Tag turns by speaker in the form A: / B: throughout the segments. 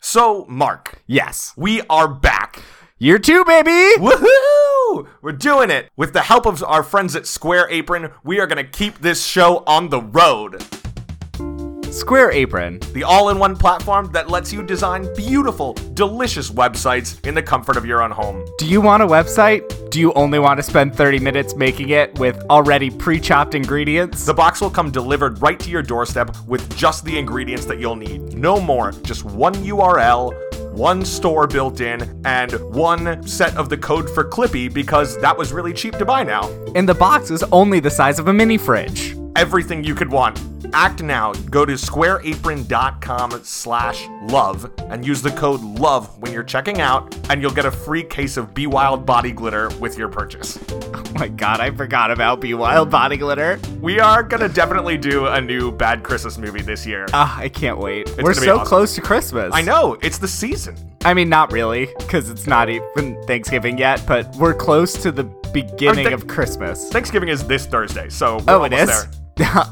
A: So, Mark,
B: Yes.
A: we are back.
B: Year two, baby.
A: Woohoo! We're doing it! With the help of our friends at Square Apron, we are gonna keep this show on the road.
B: Square Apron.
A: The all in one platform that lets you design beautiful, delicious websites in the comfort of your own home.
B: Do you want a website? Do you only want to spend 30 minutes making it with already pre chopped ingredients?
A: The box will come delivered right to your doorstep with just the ingredients that you'll need. No more, just one URL, one store built in, and one set of the code for Clippy because that was really cheap to buy now.
B: And the box is only the size of a mini fridge. Oh
A: everything you could want. Act now. Go to squareapron.com slash love and use the code LOVE when you're checking out, and you'll get a free case of Be Wild body glitter with your purchase.
B: Oh my god, I forgot about Be Wild Body Glitter.
A: We are gonna definitely do a new Bad Christmas movie this year.
B: Ah, I can't wait. We're
A: gonna be
B: so
A: awesome.
B: close to Christmas.
A: I know, it's the season.
B: I mean, not really, because it's not even Thanksgiving yet, but we're close to the beginning
A: Or th-
B: of Christmas.
A: Thanksgiving is this Thursday, so we're
B: oh, it
A: almost
B: is?
A: there.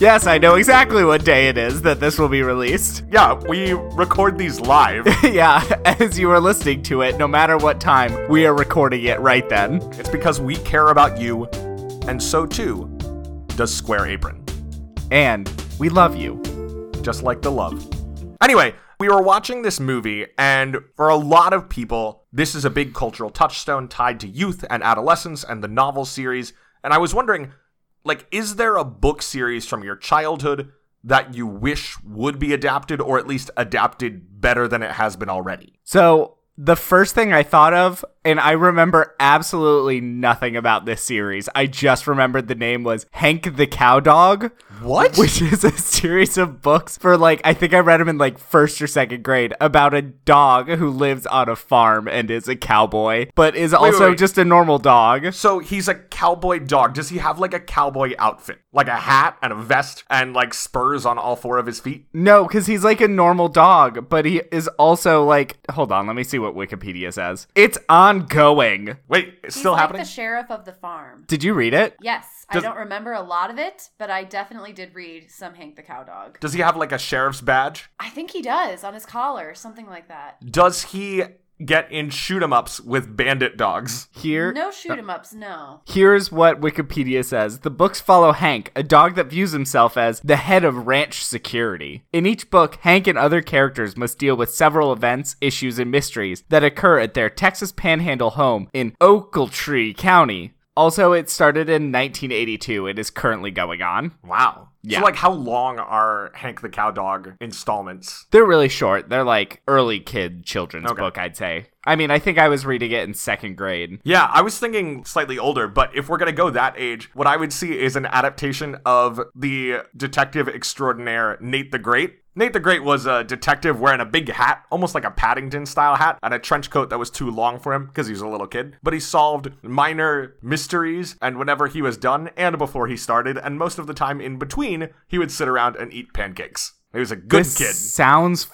B: yes, I know exactly what day it is that this will be released.
A: Yeah, we record these live.
B: yeah, as you are listening to it, no matter what time, we are recording it right then.
A: it's because we care about you, and so too does Square Apron.
B: And we love you.
A: just like the love. Anyway, we were watching this movie, and for a lot of people, this is a big cultural touchstone tied to youth and adolescence and the novel series. And I was wondering, like, is there a book series from your childhood that you wish would be adapted, or at least adapted better than it has been already?
B: So, the first thing I thought of, and I remember absolutely nothing about this series, I just remembered the name was Hank the Cow Dog.
A: What?
B: which is a series of books for like I think I read them in like first or second grade about a dog who lives on a farm and is a cowboy, but is also
A: wait.
B: just a normal dog.
A: So he's a cowboy dog. Does he have like a cowboy outfit? Like a hat and a vest and like spurs on all four of his feet?
B: No, because he's like a normal dog, but he is also like. Hold on, let me see what Wikipedia says. It's ongoing.
A: Wait, it's
C: He's
A: still
C: like
A: happening?
C: the sheriff of the farm.
B: Did you read it?
C: Yes,
A: Does-
C: I don't remember a lot of it, but I definitely did read some Hank the Cow Dog.
A: Does he have like a sheriff's badge?
C: I think he does on his collar, something like that.
A: Does he get in shoot 'em ups with bandit dogs?
B: Here.
C: No shoot 'em ups, no.
B: Here's what Wikipedia says. The books follow Hank, a dog that views himself as the head of ranch security. In each book, Hank and other characters must deal with several events, issues, and mysteries that occur at their Texas Panhandle home in Oakletree County. Also, it started in 1982 and is currently going on.
A: Wow.
B: Yeah.
A: So, like, how long are Hank the Cow Dog installments?
B: They're really short. They're like early kid children's
A: Okay.
B: book, I'd say. I mean, I think I was reading it in second grade.
A: Yeah, I was thinking slightly older, but if we're gonna go that age, what I would see is an adaptation of the detective extraordinaire Nate the Great. Nate the Great was a detective wearing a big hat, almost like a Paddington style hat, and a trench coat that was too long for him because he was a little kid. But he solved minor mysteries, and whenever he was done, and before he started, and most of the time in between, he would sit around and eat pancakes. He was a good
B: this
A: kid.
B: sounds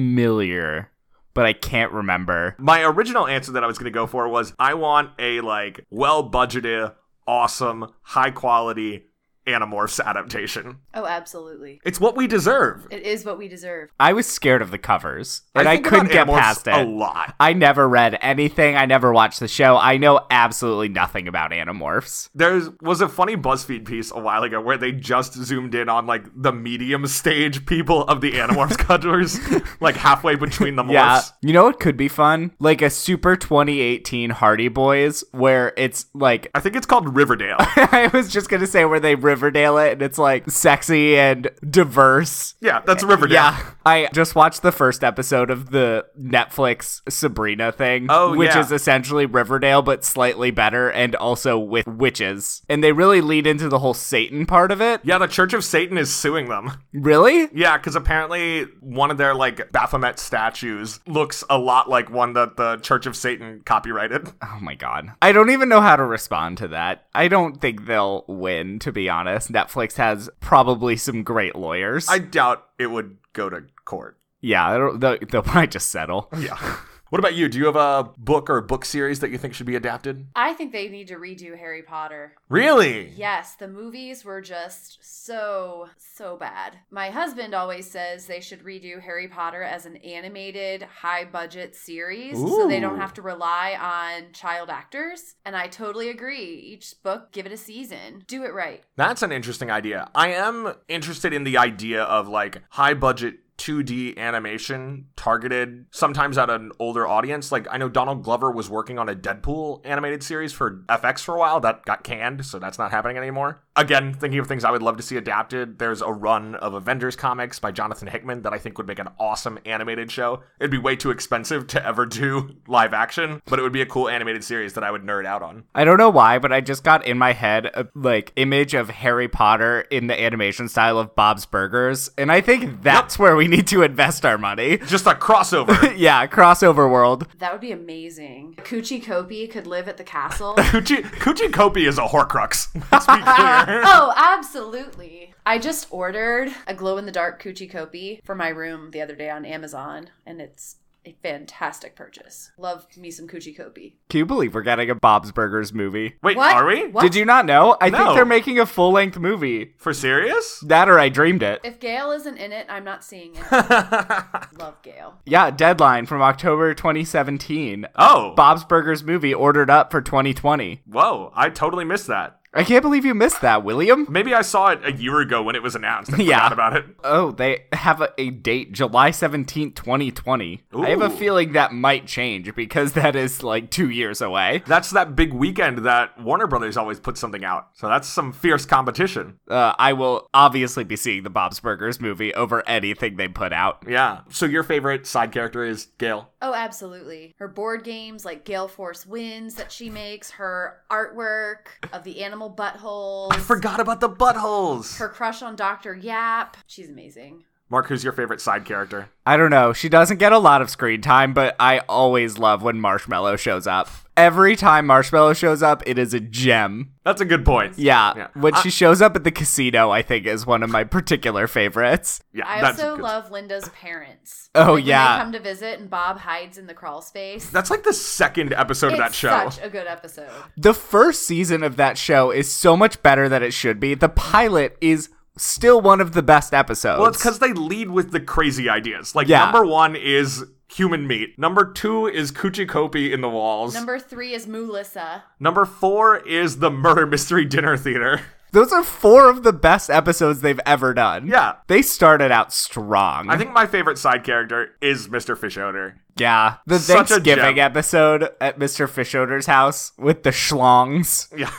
B: familiar, but I can't remember.
A: My original answer that I was going to go for was I want a like well budgeted, awesome, high quality Animorphs adaptation.
C: Oh, absolutely.
A: It's what we deserve.
C: It is what we deserve.
B: I was scared of the covers, and I,
A: think
B: couldn't
A: about
B: get
A: Animorphs
B: past
A: a
B: it.
A: lot.
B: I never read anything. I never watched the show. I know absolutely nothing about Animorphs.
A: There was a funny BuzzFeed piece a while ago where they just zoomed in on like the medium stage people of the Animorphs covers, like halfway between the morphs.
B: Yeah, you know what could be fun? Like a Super 2018 Hardy Boys, where it's like
A: I think it's called Riverdale.
B: I was just gonna say where they Riverdale it, and it's like sexy and diverse.
A: yeah, that's Riverdale.
B: Yeah, I just watched the first episode of the Netflix Sabrina thing,
A: Oh,
B: which
A: yeah.
B: is essentially Riverdale but slightly better and also with witches. And they really lead into the whole Satan part of it.
A: Yeah, the Church of Satan is suing them.
B: Really?
A: Yeah, because apparently one of their like Baphomet statues looks a lot like one that the Church of Satan copyrighted.
B: Oh my god. I don't even know how to respond to that. I don't think they'll win to be honest. Netflix has probably some great lawyers.
A: I doubt it would go to court.
B: yeah, I don't- they'll, they'll probably just settle.
A: Yeah. What about you? Do you have a book or a book series that you think should be adapted?
C: I think they need to redo Harry Potter.
A: Really?
C: Yes, the movies were just so, so bad. My husband always says they should redo Harry Potter as an animated, high budget series so they
A: Ooh.
C: don't have to rely on child actors. And I totally agree. Each book, give it a season. Do it right.
A: That's an interesting idea. I am interested in the idea of like high budget 2D animation targeted sometimes at an older audience. Like I know Donald Glover was working on a Deadpool animated series for FX for a while that got canned, so that's not happening anymore. Again, thinking of things I would love to see adapted, there's a run of Avengers comics by Jonathan Hickman that I think would make an awesome animated show. It'd be way too expensive to ever do live action, but it would be a cool animated series that I would nerd out on.
B: I don't know why, but I just got in my head a like image of Harry Potter in the animation style of Bob's Burgers, and I think that's where we need to invest our money.
A: Just a crossover.
B: yeah, crossover world.
C: That would be amazing. Coochie Copy could live at the castle.
A: Coochie, Coochie Copy is a Horcrux. Let's be clear.
C: oh, absolutely. I just ordered a glow in the dark coochie copy for my room the other day on Amazon, and it's a fantastic purchase. Love me some coochie copy.
B: Can you believe we're getting a Bob's Burgers movie?
A: Wait,
C: What?
A: are we?
C: What?
B: Did you not know? I
A: No.
B: think they're making a full length movie.
A: For serious?
B: That or I dreamed it.
C: If Gail isn't in it, I'm not seeing it. Love Gail.
B: Yeah, deadline from October 2017.
A: oh.
B: Bob's Burgers movie ordered up for 2020.
A: Whoa, I totally missed that.
B: I can't believe you missed that, William.
A: Maybe I saw it a year ago when it was announced. I
B: Yeah.
A: forgot about it.
B: Oh, they have a, a date, July 17th, 2020. I have
A: Ooh.
B: a feeling that might change because that is like two years away.
A: That's that big weekend that Warner Brothers always puts something out. So that's some fierce competition.
B: Uh, I will obviously be seeing the Bob's Burgers movie over anything they put out.
A: Yeah. So your favorite side character is Gail.
C: Oh, absolutely. Her board games, like Gale Force wins that she makes, her artwork of the animal buttholes,
A: I forgot about the buttholes.
C: her crush on Dr. Yap. She's amazing.
A: Mark, who's your favorite side character?
B: I don't know. She doesn't get a lot of screen time, but I always love when Marshmallow shows up. Every time Marshmallow shows up, it is a gem.
A: That's a good point.
B: Yeah.
A: Yeah.
B: When she shows up at the casino, I think is one of my particular favorites.
A: Yeah.
C: I
A: that's
C: also
A: good.
C: love Linda's parents.
B: Oh,
C: when
B: yeah.
C: they come to visit and Bob hides in the crawl space.
A: That's like the second episode of that
C: It's
A: show.
C: Such a good episode.
B: The first season of that show is so much better than it should be. The pilot is still one of the best episodes.
A: Well, it's because they lead with the crazy ideas. Like
B: Yeah.
A: number one is human meat. Number two is Kuchikopi in the walls.
C: Number three is Mulissa.
A: Number four is the murder mystery dinner theater.
B: those are four of the best episodes they've ever done.
A: Yeah.
B: They started out strong.
A: I think my favorite side character is Mr. Fish Odor.
B: yeah. The
A: Such a
B: Thanksgiving
A: gem.
B: episode at Mr. Fishoder's house with the schlongs.
A: Yeah.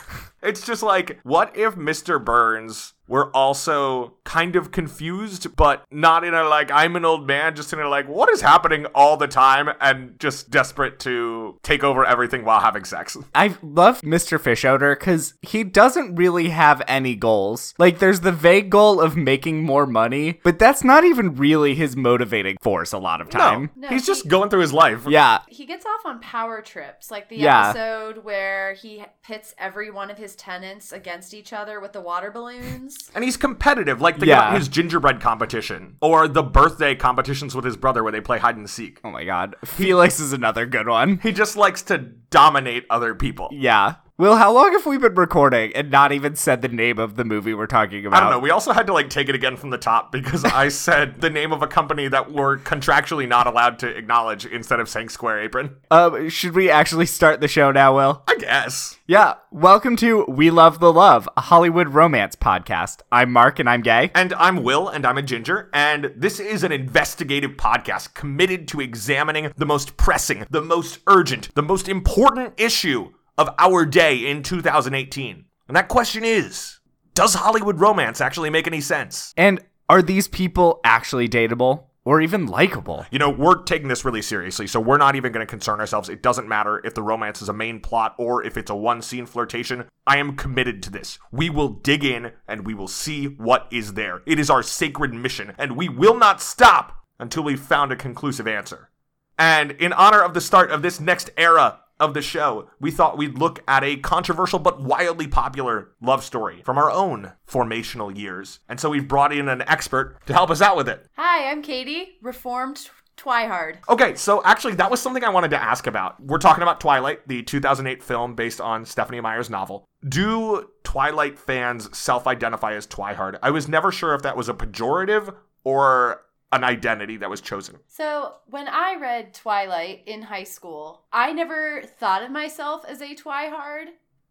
A: It's just like, what if Mr. Burns were also kind of confused, but not in a like, I'm an old man, just in a like, what is happening all the time, and just desperate to take over everything while having sex?
B: I love Mr. Fishoder because he doesn't really have any goals. Like, there's the vague goal of making more money, but that's not even really his motivating force a lot of time.
C: No,
A: He's just
C: he-
A: going through his life.
B: Yeah.
C: He gets off on power trips, like the
B: Yeah.
C: episode where he pits every one of his tenants against each other with the water balloons.
A: And he's competitive, like think
B: Yeah.
A: about his gingerbread competition or the birthday competitions with his brother where they play hide and seek.
B: Oh my god. Felix is another good one.
A: He just likes to dominate other people.
B: Yeah. Will, how long have we been recording and not even said the name of the movie we're talking about?
A: I don't know. We also had to like take it again from the top because I said the name of a company that we're contractually not allowed to acknowledge instead of saying Square Apron.
B: Um, should we actually start the show now, Will?
A: I guess.
B: Yeah. Welcome to We Love the Love, a Hollywood romance podcast. I'm Mark and I'm gay.
A: And I'm Will, and I'm a ginger, and this is an investigative podcast committed to examining the most pressing, the most urgent, the most important issue of our day in 2018. And that question is Does Hollywood romance actually make any sense?
B: And are these people actually dateable or even likable?
A: You know, we're taking this really seriously, so we're not even going to concern ourselves. It doesn't matter if the romance is a main plot or if it's a one scene flirtation. I am committed to this. We will dig in and we will see what is there. It is our sacred mission, and we will not stop until we've found a conclusive answer. And in honor of the start of this next era of the show, we thought we'd look at a controversial but wildly popular love story from our own formational years. And so we've brought in an expert to help us out with it.
C: Hi, I'm Katie, reformed Twihard.
A: Okay, so actually, that was something I wanted to ask about. We're talking about Twilight, the 2008 film based on Stephanie Meyer's novel. Do Twilight fans self identify as Twihard? I was never sure if that was a pejorative or an identity that was chosen.
C: So, when I read Twilight in high school, I never thought of myself as a Twihard.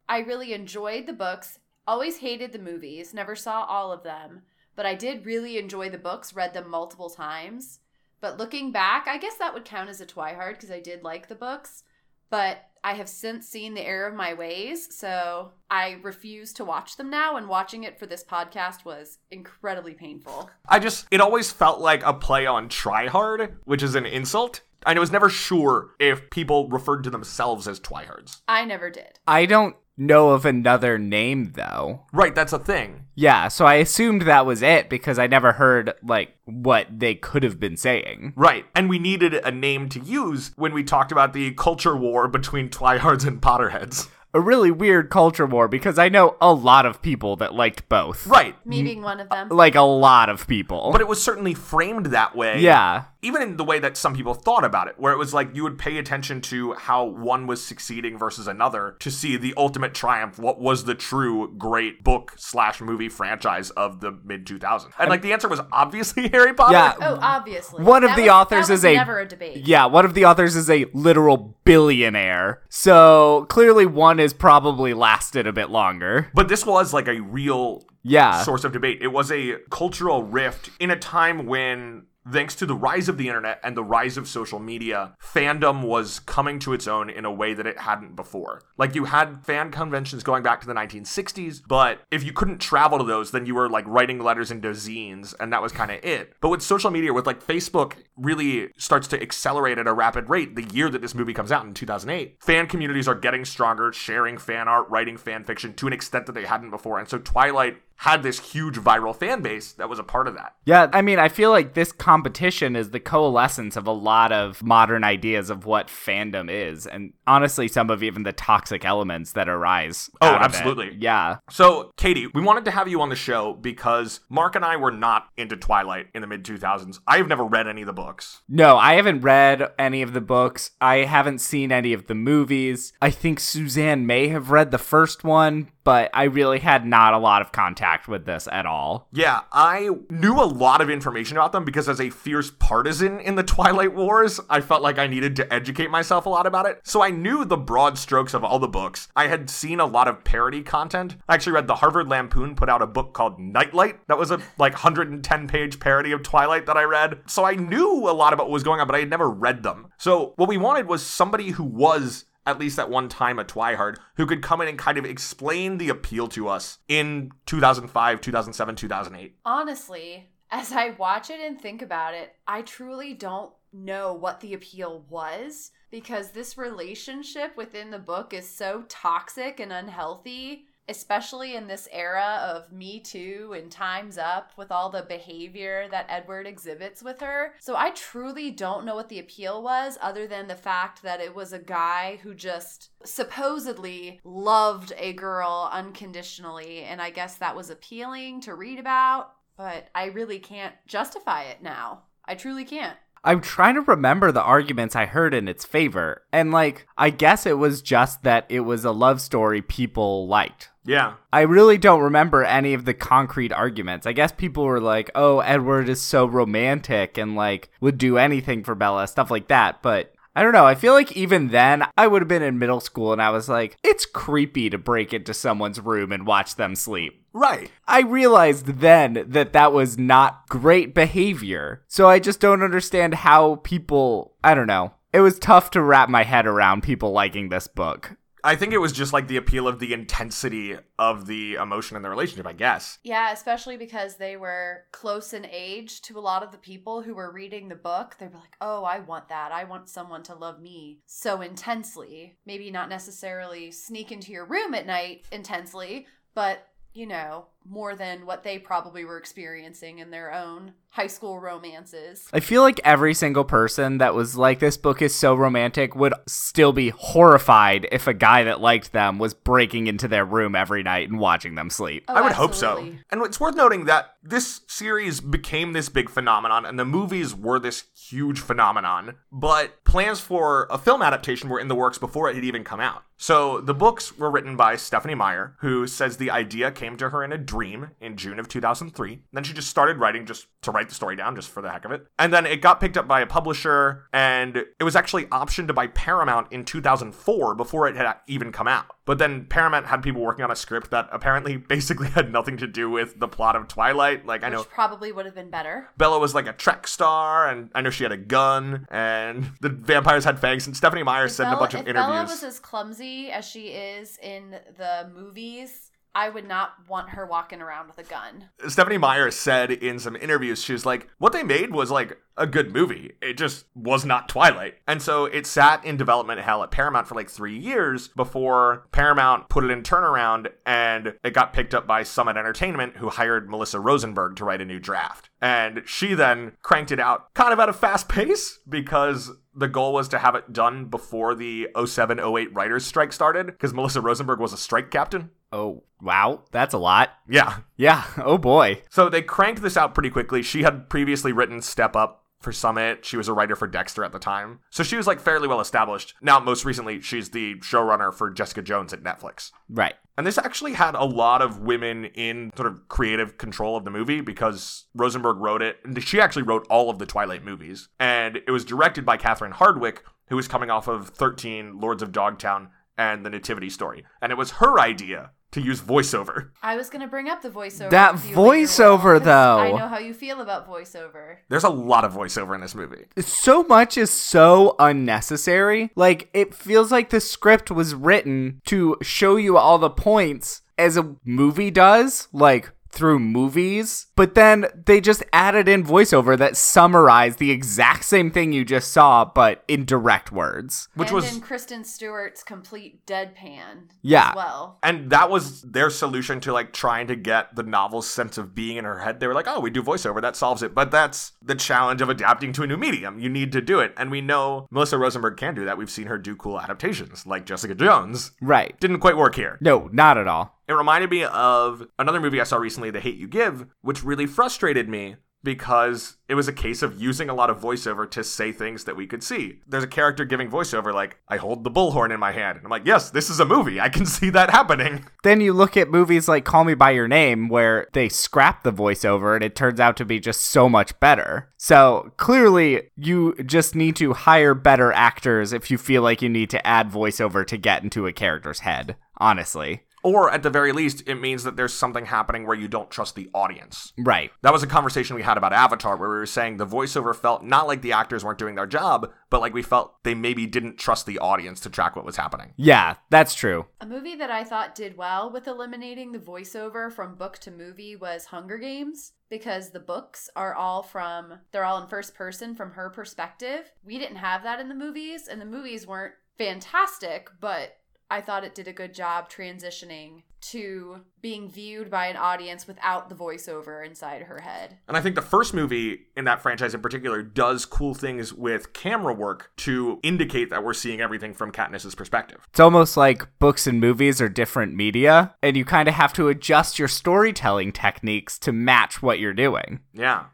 C: I really enjoyed the books, always hated the movies, never saw all of them, but I did really enjoy the books, read them multiple times. But looking back, I guess that would count as a Twihard because I did like the books, but I have since seen the error of my ways, so I refuse to watch them now, and watching it for this podcast was incredibly painful.
A: I just, it always felt like a play on try hard, which is an insult. And I was never sure if people referred to themselves as Twihards.
C: I never did.
B: I don't know of another name though.
A: Right, that's a thing.
B: Yeah, so I assumed that was it because I never heard like what they could have been saying.
A: Right, and we needed a name to use when we talked about the culture war between Twihards and Potterheads.
B: A really weird culture war because I know a lot of people that liked both.
A: Right,
C: Me being one of them.
B: Like a lot of people.
A: but it was certainly framed that way.
B: yeah.
A: Even in the way that some people thought about it, where it was like you would pay attention to how one was succeeding versus another to see the ultimate triumph. What was the true great book slash movie franchise of the mid 2000s? And like the answer was obviously Harry Potter.
B: Yeah.
C: Oh, obviously.
B: One of
C: That
B: the
C: was-
B: authors
C: that was
B: is a
C: never a debate.
B: Yeah, one of the authors is a literal billionaire. So clearly one is probably lasted a bit longer.
A: But this was like a real
B: Yeah.
A: source of debate. It was a cultural rift in a time when, thanks to the rise of the internet and the rise of social media, fandom was coming to its own in a way that it hadn't before. Like, you had fan conventions going back to the 1960s, but if you couldn't travel to those, then you were like writing letters into zines, and that was kind of it. But with social media, with like Facebook really starts to accelerate at a rapid rate the year that this movie comes out in 2008, fan communities are getting stronger, sharing fan art, writing fan fiction to an extent that they hadn't before. And so Twilight had this huge viral fan base that was a part of that.
B: Yeah, I mean, I feel like this competition is the coalescence of a lot of modern ideas of what fandom is, and honestly, some of even the toxic elements that arise.
A: Oh,
B: out of it.
A: absolutely.
B: Yeah.
A: So, Katie, we wanted to have you on the show because Mark and I were not into Twilight in the mid 2000s. I have never read any of the books.
B: No, I haven't read any of the books. I haven't seen any of the movies. I think Suzanne may have read the first one, but I really had not a lot of contact with this at all.
A: Yeah, I knew a lot of information about them because as a fierce partisan in the Twilight Wars, I felt like I needed to educate myself a lot about it. So I knew the broad strokes of all the books. I had seen a lot of parody content. I actually read the Harvard Lampoon put out a book called Nightlight. That was a like 110 page parody of Twilight that I read. So I knew a lot about what was going on, but I had never read them. So what we wanted was somebody who was at least at one time a Twihard, who could come in and kind of explain the appeal to us in 2005, 2007, 2008.
C: Honestly, as I watch it and think about it, I truly don't know what the appeal was because this relationship within the book is so toxic and unhealthy, especially in this era of Me Too and Time's Up with all the behavior that Edward exhibits with her. So I truly don't know what the appeal was other than the fact that it was a guy who just supposedly loved a girl unconditionally. And I guess that was appealing to read about, but I really can't justify it now. I truly can't.
B: I'm trying to remember the arguments I heard in its favor, and like, I guess it was just that it was a love story people liked.
A: Yeah.
B: I really don't remember any of the concrete arguments. I guess people were like, oh, Edward is so romantic and like would do anything for Bella, stuff like that. But I don't know. I feel like even then, I would have been in middle school and I was like, it's creepy to break into someone's room and watch them sleep.
A: Right.
B: I realized then that that was not great behavior. So I just don't understand how people, I don't know. It was tough to wrap my head around people liking this book.
A: I think it was just like the appeal of the intensity of the emotion in the relationship, I guess.
C: Yeah, especially because they were close in age to a lot of the people who were reading the book. They were like, oh, I want that. I want someone to love me so intensely. Maybe not necessarily sneak into your room at night intensely, but, you know, more than what they probably were experiencing in their own high school romances.
B: I feel like every single person that was like, this book is so romantic, would still be horrified if a guy that liked them was breaking into their room every night and watching them sleep.
C: Oh,
A: I would hope so.
C: absolutely.
A: And it's worth noting that this series became this big phenomenon, and the movies were this huge phenomenon. But plans for a film adaptation were in the works before it had even come out. So the books were written by Stephanie Meyer, who says the idea came to her in a dream in June of 2003. Then she just started writing just to write the story down, just for the heck of it. And then it got picked up by a publisher, and it was actually optioned by Paramount in 2004 before it had even come out. But then Paramount had people working on a script that apparently basically had nothing to do with the plot of Twilight. Like, I know
C: Which probably would have been better.
A: Bella was like a track star, and I know she had a gun, and the vampires had fangs, and Stephanie Meyer said in a
C: Bella-
A: bunch of
C: if Bella
A: interviews.
C: was as clumsy as she is in the movies, I would not want her walking around with a gun.
A: Stephanie Meyer said in some interviews, she was like, what they made was like a good movie. It just was not Twilight. And so it sat in development hell at Paramount for like three years before Paramount put it in turnaround and it got picked up by Summit Entertainment, who hired Melissa Rosenberg to write a new draft. And she then cranked it out kind of at a fast pace because the goal was to have it done before the 07 08 writers strike started because Melissa Rosenberg was a strike captain.
B: Oh, wow. That's a lot.
A: Yeah,
B: Yeah. Oh, boy.
A: so they cranked this out pretty quickly. She had previously written Step Up for Summit. She was a writer for Dexter at the time. So she was like fairly well established. Now, most recently, she's the showrunner for Jessica Jones at Netflix.
B: Right.
A: And this actually had a lot of women in sort of creative control of the movie because Rosenberg wrote it. and She actually wrote all of the Twilight movies. And it was directed by Catherine Hardwick, who was coming off of 13, Lords of Dogtown, and The Nativity Story. And it was her idea to use voiceover.
C: I was going to bring up the voiceover.
B: That
C: with you later,
B: voiceover,
C: Will, 'cause
B: though.
C: I know how you feel about voiceover.
A: There's a lot of voiceover in this movie.
B: so much is so unnecessary. Like it feels like the script was written to show you all the points as a movie does, like through movies, but then they just added in voiceover that summarized the exact same thing you just saw, but in direct words.
A: Which
C: and
A: was
C: in Kristen Stewart's complete deadpan.
B: Yeah.
C: As well,
A: And that was their solution to like trying to get the novel's sense of being in her head. They were like, oh, we do voiceover, that solves it. But that's the challenge of adapting to a new medium. You need to do it. And we know Melissa Rosenberg can do that. We've seen her do cool adaptations like Jessica Jones.
B: Right.
A: Didn't quite work here.
B: No, not at all.
A: It reminded me of another movie I saw recently, The Hate You Give, which really frustrated me because it was a case of using a lot of voiceover to say things that we could see. There's a character giving voiceover like, I hold the bullhorn in my hand. And I'm like, yes, this is a movie. I can see that happening.
B: Then you look at movies like Call Me By Your Name, where they scrap the voiceover and it turns out to be just so much better. So clearly, you just need to hire better actors if you feel like you need to add voiceover to get into a character's head, honestly.
A: Or at the very least, it means that there's something happening where you don't trust the audience.
B: Right.
A: That was a conversation we had about Avatar, where we were saying the voiceover felt not like the actors weren't doing their job, but like we felt they maybe didn't trust the audience to track what was happening.
B: Yeah, that's true.
C: a movie that I thought did well with eliminating the voiceover from book to movie was Hunger Games because the books are all from they're all in first person from her perspective. We didn't have that in the movies and the movies weren't fantastic, but I thought it did a good job transitioning to being viewed by an audience without the voiceover inside her head.
A: And I think the first movie in that franchise in particular does cool things with camera work to indicate that we're seeing everything from Katniss's perspective.
B: It's almost like books and movies are different media, and you kind of have to adjust your storytelling techniques to match what you're doing.
A: Yeah.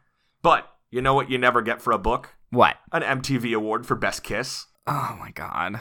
A: But you know what you never get for a book?
B: What?
A: An MTV award for Best Kiss.
B: Oh my god.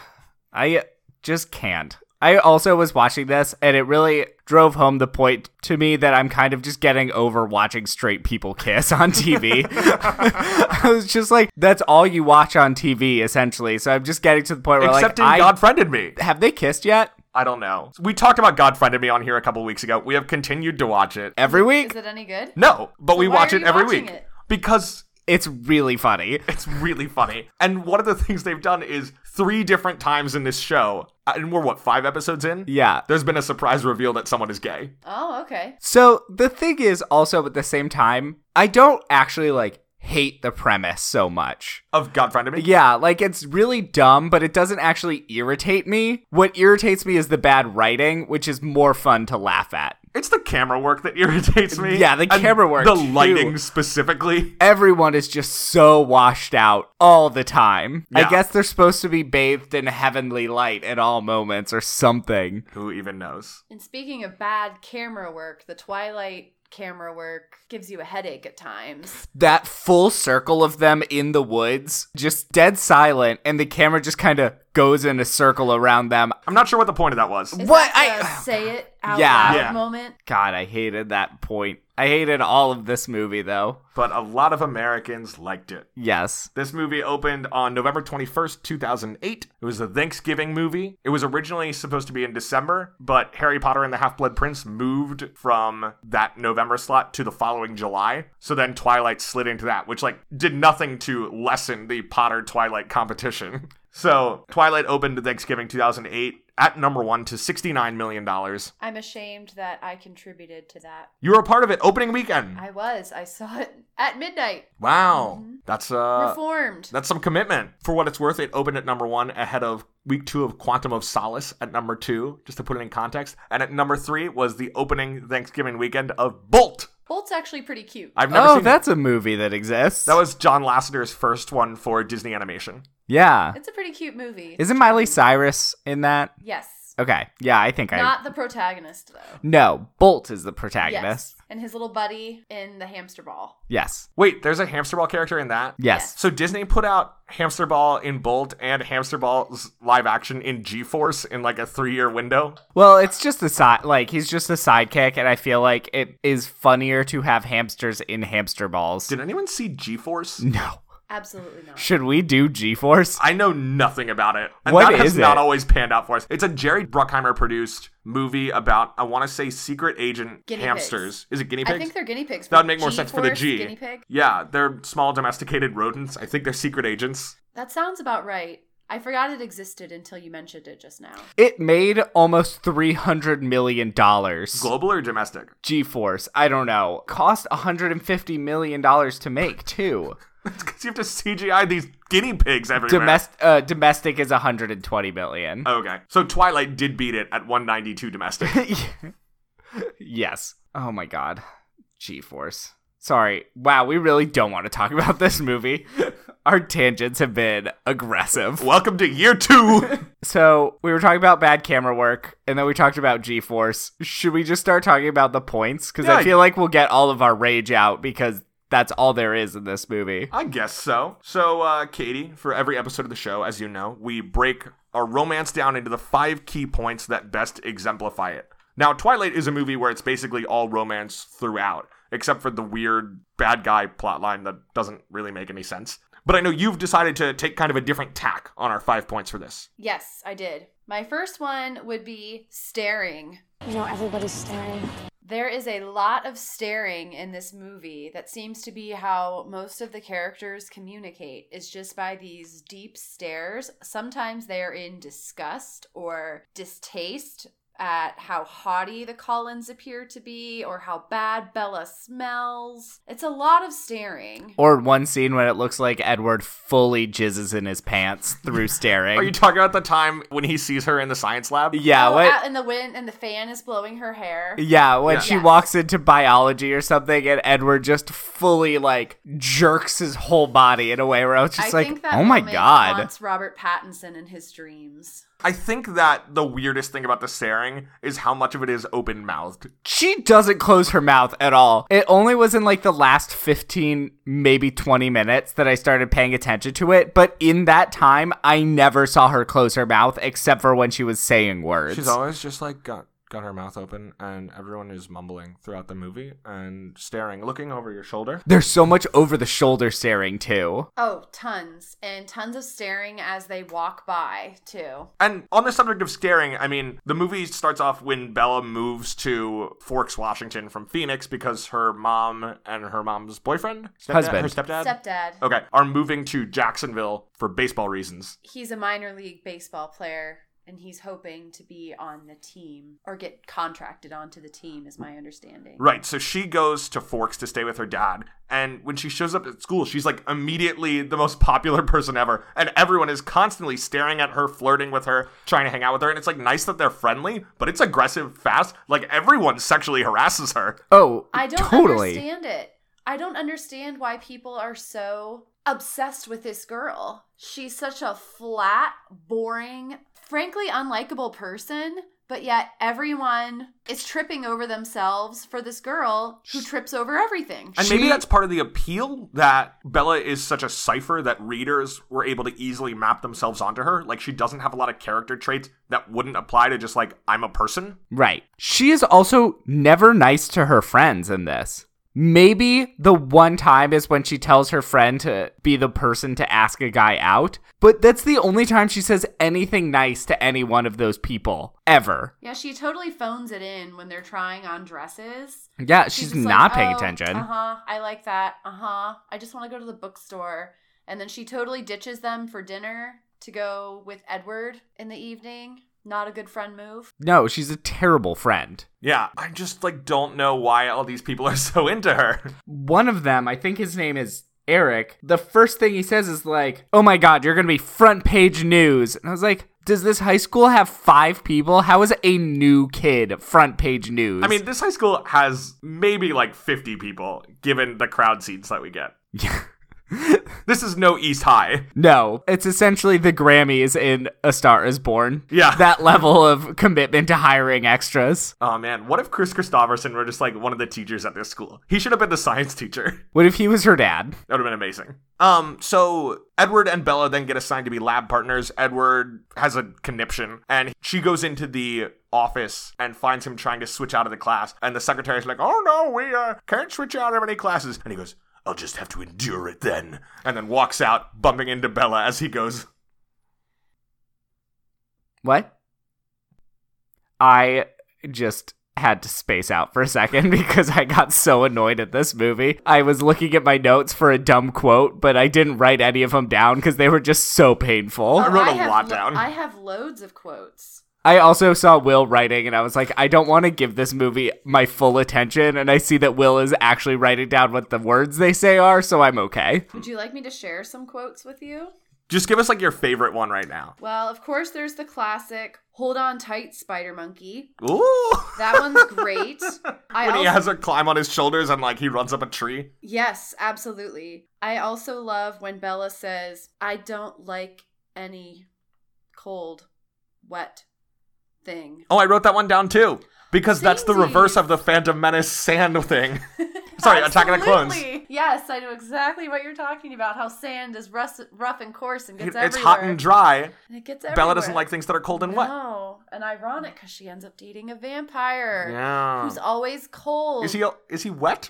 B: I just can't. I also was watching this and it really drove home the point to me that I'm kind of just getting over watching straight people kiss on TV. I was just like, that's all you watch on TV essentially. So I'm just getting to the point where
A: Except in
B: like I,
A: God Friended Me.
B: have they kissed yet?
A: I don't know. We talked about God Friended Me on here a couple weeks ago. We have continued to watch it.
B: Every week?
C: Is it any good?
A: No, but we
C: why
A: watch
C: are
A: it
C: you
A: every
C: watching
A: week
C: it?
A: because
B: It's really funny.
A: it's really funny. And one of the things they've done is three different times in this show, uh, and we're what five episodes in.
B: Yeah.
A: There's been a surprise reveal that someone is gay.
C: Oh, okay.
B: So the thing is also at the same time, I don't actually like hate the premise so much.
A: Of God Friended Me.
B: Yeah, like it's really dumb, but it doesn't actually irritate me. What irritates me is the bad writing, which is more fun to laugh at.
A: It's the camera work that irritates me.
B: Yeah, the
A: and
B: camera work,
A: The
B: too.
A: lighting specifically.
B: Everyone is just so washed out all the time. I
A: Yeah.
B: guess they're supposed to be bathed in heavenly light at all moments or something.
A: Who even knows?
C: And speaking of bad camera work, the Twilight camera work gives you a headache at times.
B: That full circle of them in the woods, just dead silent, and the camera just kind of goes in a circle around them.
A: I'm not sure what the point of that was.
C: Is
B: What?
C: that the
B: I-
C: say it out
B: Yeah.
C: loud
A: Yeah.
C: moment.
B: God, I hated that point. I hated all of this movie, though.
A: But a lot of Americans liked it.
B: Yes.
A: This movie opened on November 21st, 2008. It was a Thanksgiving movie. It was originally supposed to be in December, but Harry Potter and the Half Blood Prince moved from that November slot to the following July. So then Twilight slid into that, which like did nothing to lessen the Potter Twilight competition. So Twilight opened Thanksgiving 2008 at number one to $69 million.
C: I'm ashamed that I contributed to that.
A: You were a part of it opening weekend.
C: I was. I saw it at midnight.
A: Wow. That's uh
C: Reformed.
A: That's some commitment. For what it's worth, it opened at number one ahead of week two of Quantum of Solace at number two, just to put it in context. And at number three was the opening Thanksgiving weekend of Bolt.
C: Bolt's actually pretty cute.
A: I've never
B: Oh,
A: seen
B: that's a movie that exists.
A: that was John Lasseter's first one for Disney Animation.
B: yeah.
C: It's a pretty cute movie.
B: Isn't Miley Cyrus in that?
C: yes.
B: Okay. Yeah, I think I.
C: Not the protagonist though.
B: No, Bolt is the protagonist.
C: Yes. And his little buddy in the hamster ball.
B: Yes.
A: Wait, there's a hamster ball character in that?
B: Yes.
A: So Disney put out Hamster Ball in Bolt and Hamster Ball's live action in G-Force in like a three-year window.
B: Well, it's just a side, like he's just a sidekick, and I feel like it is funnier to have hamsters in hamster balls.
A: Did anyone see G-Force?
B: no.
C: Absolutely not.
B: Should we do G-force?
A: I know nothing about it. And
B: What
A: that has
B: is
A: not
B: it?
A: always panned out for us. It's a Jerry Bruckheimer produced movie about, I want to say, secret agent
C: Guinea
A: hamsters. Is it guinea pigs?
C: I think they're guinea pigs.
A: that would make more sense for the
C: G-force,
A: G.
C: Guinea pig.
A: Yeah, they're small domesticated rodents. I think they're secret agents.
C: That sounds about right. I forgot it existed until you mentioned it just now.
B: It made almost three hundred million dollars.
A: Global or domestic?
B: G-force, I don't know, cost hundred and fifty million dollars to make too.
A: It's because you have to CGI these guinea pigs everywhere.
B: Domestic, uh, domestic is hundred and twenty million.
A: okay. So Twilight did beat it at 192 domestic.
B: yes. Oh my god. G-force. Sorry. Wow, we really don't want to talk about this movie. Our tangents have been aggressive.
A: Welcome to year two.
B: So we were talking about bad camera work, and then we talked about G-force. Should we just start talking about the points? Because
A: Yeah.
B: I feel like we'll get all of our rage out because that's all there is in this movie.
A: I guess so. So, uh, Katie, for every episode of the show, as you know, we break our romance down into the five key points that best exemplify it. Now, Twilight is a movie where it's basically all romance throughout, except for the weird bad guy plotline that doesn't really make any sense. But I know you've decided to take kind of a different tack on our five points for this.
C: Yes, I did. My first one would be staring.
D: You know, everybody's staring.
C: There is a lot of staring in this movie that seems to be how most of the characters communicate is just by these deep stares. Sometimes they are in disgust or distaste at how haughty the Collins appear to be or how bad Bella smells. It's a lot of staring.
B: Or one scene when it looks like Edward fully jizzes in his pants through staring.
A: Are you talking about the time when he sees her in the science lab?
B: yeah,
C: Oh,
B: what?
C: out in the wind and the fan is blowing her hair.
B: Yeah, when
A: Yeah.
B: she
C: Yes.
B: walks into biology or something, and Edward just fully like jerks his whole body in a way where I was just
C: I
B: like,
C: think that
B: "Oh my
C: moment
B: god!"
C: haunts Robert Pattinson in his dreams.
A: I think that the weirdest thing about the staring is how much of it is open mouthed.
B: She doesn't close her mouth at all. It only was in like the last fifteen, maybe twenty minutes that I started paying attention to it. But in that time, I never saw her close her mouth except for when she was saying words.
A: She's always just like got got her mouth open, and everyone is mumbling throughout the movie and staring, looking over your shoulder.
B: There's so much over the shoulder staring too.
C: Oh, tons and tons of staring as they walk by too.
A: And on the subject of staring, I mean, the movie starts off when Bella moves to Forks, Washington from Phoenix because her mom and her mom's boyfriend, stepdad,
B: Husband.
A: her stepdad,
C: Stepdad,
A: Oh. okay, are moving to Jacksonville for baseball reasons.
C: he's a minor league baseball player and he's hoping to be on the team or get contracted onto the team, is my understanding.
A: Right. So she goes to Forks to stay with her dad. And when she shows up at school, she's like immediately the most popular person ever. And everyone is constantly staring at her, flirting with her, trying to hang out with her. And it's like nice that they're friendly, but it's aggressive fast. Like everyone sexually harasses her.
B: Oh,
C: I don't
B: totally.
C: understand it. I don't understand why people are so obsessed with this girl. She's such a flat, boring, frankly unlikable person, but yet everyone is tripping over themselves for this girl who trips over everything.
A: And maybe that's part of the appeal that Bella is such a cipher that readers were able to easily map themselves onto her. Like she doesn't have a lot of character traits that wouldn't apply to just like I'm a person.
B: Right. She is also never nice to her friends in this. Maybe the one time is when she tells her friend to be the person to ask a guy out, but that's the only time she says anything nice to any one of those people ever.
C: Yeah, she totally phones it in when they're trying on dresses.
B: Yeah, she's,
C: just
B: not
C: like,
B: paying
C: "Oh,
B: attention.
C: Uh-huh. I like that. Uh-huh. I just want to go to the bookstore. And then she totally ditches them for dinner to go with Edward in the evening. Not a good friend move.
B: No, she's a terrible friend.
A: Yeah, I just like don't know why all these people are so into her.
B: One of them, I think his name is Eric, the first thing he says is like, "Oh my god, you're going to be front page news." And I was like, does this high school have five people? How is a new kid front page news?
A: I mean, this high school has maybe like 50 people given the crowd scenes that we get. This is no East High.
B: No, it's essentially the Grammys in A Star Is Born.
A: Yeah.
B: that level of commitment to hiring extras.
A: Oh man, what if Chris Christopherson were just like one of the teachers at this school? He should have been the science teacher.
B: What if he was her dad?
A: That would have been amazing. Um, so Edward and Bella then get assigned to be lab partners. Edward has a conniption, and she goes into the office and finds him trying to switch out of the class. And the secretary's like, "Oh no, we uh, can't switch out of any classes." And he goes, "I'll just have to endure it then," and then walks out, bumping into Bella as he goes.
B: What? I just had to space out for a second because I got so annoyed at this movie. I was looking at my notes for a dumb quote, but I didn't write any of them down because they were just so painful.
A: Oh, I wrote a
C: have
A: lot down.
C: Oh, I have loads of quotes.
B: I also saw Will writing and I was like, I don't want to give this movie my full attention. And I see that Will is actually writing down what the words they say are, so I'm okay.
C: Would you like me to share some quotes with you?
A: Just give us like your favorite one right now.
C: Well, of course, there's the classic "Hold on tight, Spider Monkey."
A: Ooh.
C: That one's great. I
A: when he
C: also-
A: has her climb on his shoulders and like he runs up a tree.
C: Yes, absolutely. I also love when Bella says, I don't like any cold, wet thing.
A: Oh, I wrote that one down too. Because that's the
C: Zingsies.
A: reverse of the Phantom Menace sand thing. Sorry, Attack of the Clones.
C: Absolutely. Yes, I know exactly what you're talking about. How sand is rus- rough and coarse and gets
A: It-
C: everywhere.
A: it's hot and dry.
C: and it gets everywhere.
A: Bella doesn't like things that are cold and wet.
C: No, and ironic because she ends up dating a vampire
A: Yeah.
C: who's always cold.
A: Is he is he wet?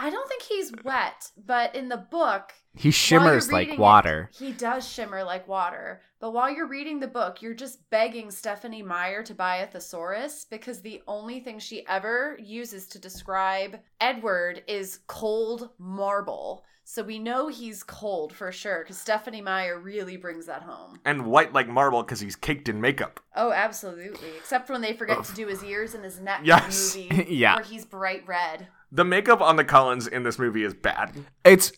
C: I don't think he's wet, but in the book,
B: He shimmers
C: While you're
B: like
C: reading
B: water.
C: it, he does shimmer like water. But while you're reading the book, you're just begging Stephanie Meyer to buy a thesaurus because the only thing she ever uses to describe Edward is cold marble. So we know he's cold for sure because Stephanie Meyer really brings that home.
A: And white like marble because he's caked in makeup.
C: Oh, absolutely. Except when they forget to do his ears and his neck
A: Yes.
C: in the movie
B: Yeah.
C: where he's bright red.
A: The makeup on the Collins in this movie is bad.
B: It's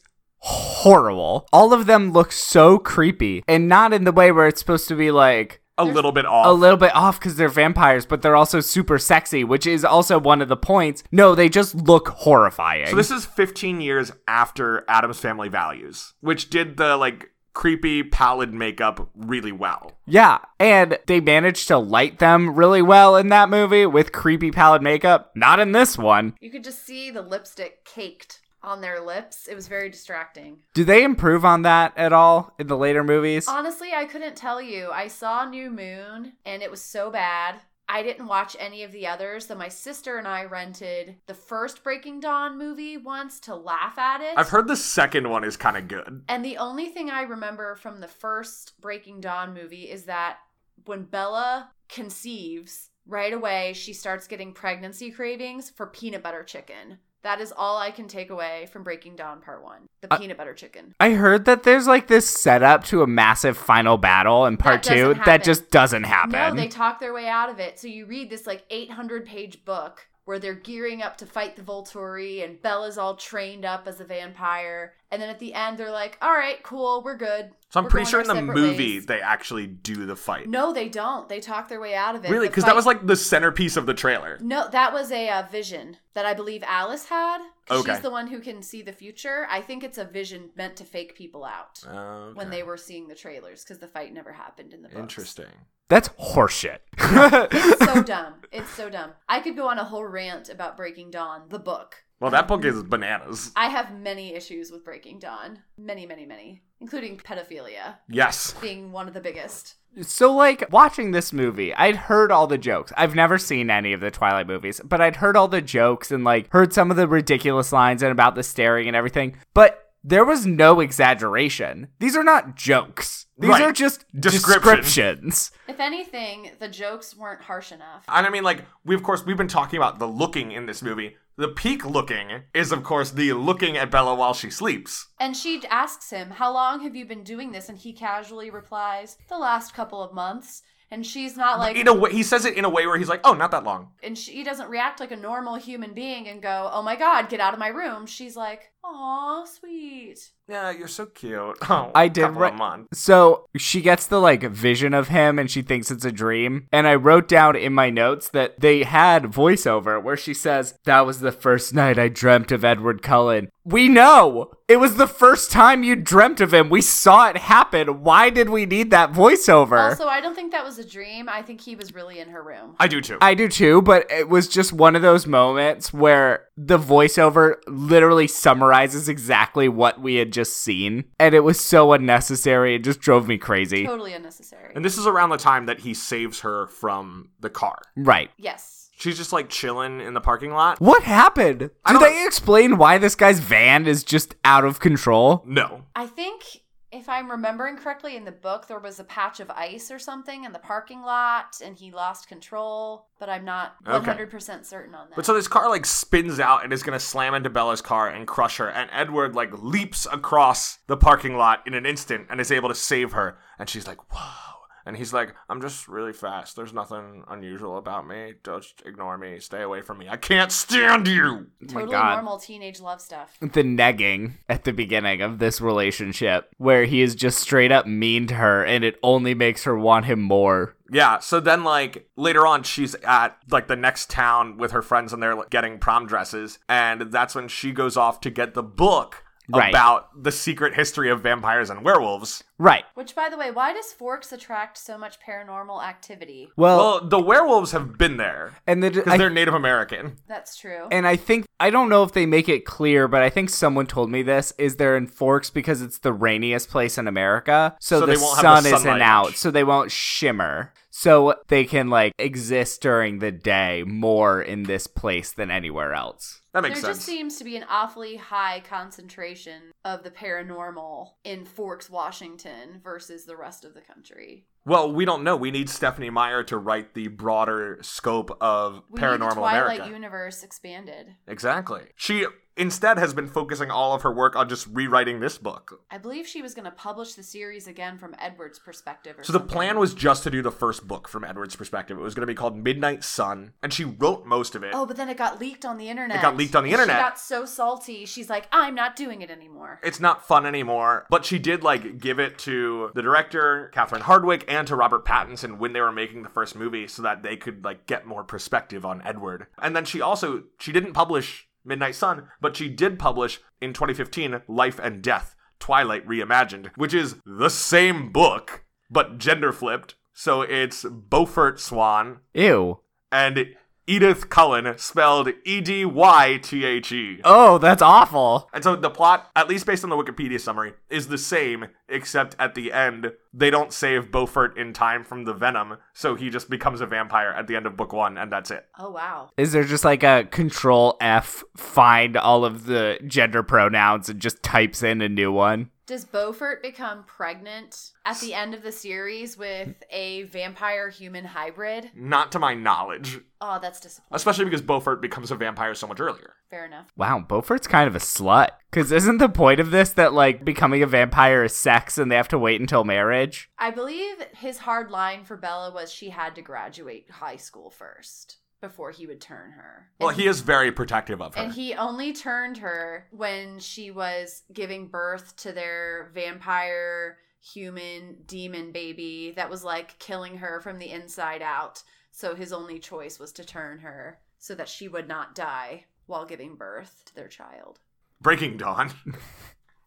B: horrible. All of them look so creepy and not in the way where it's supposed to be like
A: A
C: There's-
A: little bit
B: a
A: off.
B: little bit off because they're vampires, but they're also super sexy, which is also one of the points. No, they just look horrifying.
A: so this is 15 years after Adam's Family Values, which did the like creepy pallid makeup really well.
B: yeah, and they managed to light them really well in that movie with creepy pallid makeup. Not in this one.
C: You could just see the lipstick caked on their lips. It was very distracting.
B: Do they improve on that at all in the later movies?
C: Honestly, I couldn't tell you. I saw New Moon and it was so bad. I didn't watch any of the others. So my sister and I rented the first Breaking Dawn movie once to laugh at it.
A: I've heard the second one is kind of good.
C: and the only thing I remember from the first Breaking Dawn movie is that when Bella conceives, right away she starts getting pregnancy cravings for peanut butter chicken. That is all I can take away from Breaking Dawn Part 1. The peanut butter chicken.
B: I heard that there's like this setup to a massive final battle in part
C: doesn't
B: two
C: happen.
B: that just doesn't happen.
C: No, they talk their way out of it. So you read this like 800 page book where they're gearing up to fight the Volturi and Bella's all trained up as a vampire. And then at the end, they're like, all right, cool, we're good.
A: So I'm
C: We're
A: pretty
C: going
A: sure
C: our
A: in the
C: separate
A: movie
C: ways."
A: they actually do the fight.
C: No, they don't. They talk their way out of it.
A: really,
C: The
A: because that was
C: fight-
A: like the centerpiece of the trailer.
C: No, that was a uh, vision that I believe Alice had. 'cause
A: Okay.
C: She's the one who can see the future. I think it's a vision meant to fake people out
A: Oh,
C: when they were seeing the trailers because the fight never happened in the books.
A: interesting.
B: That's horseshit.
C: It's so dumb. It's so dumb. I could go on a whole rant about Breaking Dawn, the book.
A: Well, that book is bananas.
C: I have many issues with Breaking Dawn. Many, many, many. Including pedophilia
A: Yes.
C: being one of the biggest.
B: so like watching this movie, I'd heard all the jokes. I've never seen any of the Twilight movies, but I'd heard all the jokes and like heard some of the ridiculous lines and about the staring and everything. But there was no exaggeration. These are not jokes. These
A: Right.
B: are just
A: Description.
B: descriptions.
C: If anything, the jokes weren't harsh enough.
A: And I mean, like, we, of course, we've been talking about the looking in this movie. The peak looking is, of course, the looking at Bella while she sleeps.
C: And she asks him, How long have you been doing this? And he casually replies, The last couple of months. And she's not like,
A: In a way, he says it in a way where he's like, oh, not that long.
C: and she doesn't react like a normal human being and go, Oh my God, get out of my room. She's like, Aw, sweet.
A: Yeah, you're so cute. Oh,
B: I did
A: couple
B: ri-
A: of months.
B: So she gets the like vision of him and she thinks it's a dream. And I wrote down in my notes that they had voiceover where she says, That was the first night I dreamt of Edward Cullen. We know it was the first time you dreamt of him. We saw it happen. Why did we need that voiceover?
C: Also, I don't think that was a dream. I think he was really in her room.
A: I do too.
B: I do too, but it was just one of those moments where the voiceover literally summarizes exactly what we had just seen. And it was so unnecessary. It just drove me crazy.
C: Totally unnecessary.
A: and this is around the time that he saves her from the car.
B: Right.
C: yes.
A: She's just like chilling in the parking lot.
B: What happened?
A: I
B: Do
A: don't-
B: they explain why this guy's van is just out of control?
A: No.
C: I think if I'm remembering correctly in the book there was a patch of ice or something in the parking lot and he lost control, but I'm not
A: Okay.
C: 100% certain on that.
A: But so this car like spins out and is gonna slam into Bella's car and crush her. And Edward like leaps across the parking lot in an instant and is able to save her. And she's like, "Whoa!" And he's like, "I'm just really fast. There's nothing unusual about me. Just ignore me. Stay away from me. I can't stand you."
C: totally
B: God.
C: normal teenage love stuff.
B: The negging at the beginning of this relationship, where he is just straight up mean to her and it only makes her want him more.
A: Yeah. So then like later on, she's at like the next town with her friends and they're like, getting prom dresses, and that's when she goes off to get the book.
B: Right.
A: About the secret history of vampires and werewolves.
B: Right.
C: Which by the way, why does Forks attract so much paranormal activity?
B: Well,
A: Well, the werewolves have been there.
B: and the
A: Because
B: I,
A: they're Native American.
C: That's true.
B: and I think I don't know if they make it clear, but I think someone told me this is they're in Forks because it's the rainiest place in America, so,
A: So
B: the
A: they won't have
B: sun
A: the
B: isn't
A: sunlight
B: out,
A: much.
B: so they won't shimmer. So they can like exist during the day more in this place than anywhere else.
A: That
C: there
A: makes
C: just
A: sense.
C: seems to be an awfully high concentration of the paranormal in Forks, Washington versus the rest of the country.
A: well, we don't know. We need Stephanie Meyer to write the broader scope of
C: We need the
A: paranormal
C: Twilight
A: America.
C: universe expanded.
A: exactly. She instead has been focusing all of her work on just rewriting this book.
C: I believe she was going to publish the series again from Edward's perspective. Or
A: So the
C: something.
A: plan was just to do the first book from Edward's perspective. It was going to be called Midnight Sun, and she wrote most of it.
C: Oh, but then it got leaked on the internet.
A: It got leaked on the internet.
C: She got so salty. She's like, I'm not doing it anymore.
A: It's not fun anymore, but she did like give it to the director, Catherine Hardwick, and to Robert Pattinson when they were making the first movie so that they could like get more perspective on Edward. And then she also she didn't publish Midnight Sun, but she did publish in 2015 Life and Death: Twilight Reimagined, which is the same book but gender flipped. So it's Beaufort Swan
B: Ew.
A: and Edith Cullen spelled E D Y T H E.
B: Oh, that's awful.
A: And so the plot, at least based on the Wikipedia summary, is the same, except at the end, they don't save Beaufort in time from the venom, so he just becomes a vampire at the end of book one, and that's it.
C: Oh, wow.
B: Is there just like a control F, find all of the gender pronouns and just types in a new one?
C: Does Beaufort become pregnant at the end of the series with a vampire human hybrid?
A: Not to my knowledge,
C: Oh, that's disappointing.
A: especially because Beaufort becomes a vampire so much earlier.
C: Fair enough.
B: Wow, Beaufort's kind of a slut. Because isn't the point of this that, like, becoming a vampire is sex and they have to wait until marriage?
C: I believe his hard line for Bella was she had to graduate high school first before he would turn her.
A: Well,
C: And-
A: he is very protective of her.
C: And he only turned her when she was giving birth to their vampire human demon baby that was like killing her from the inside out. So his only choice was to turn her so that she would not die while giving birth to their child.
A: Breaking Dawn.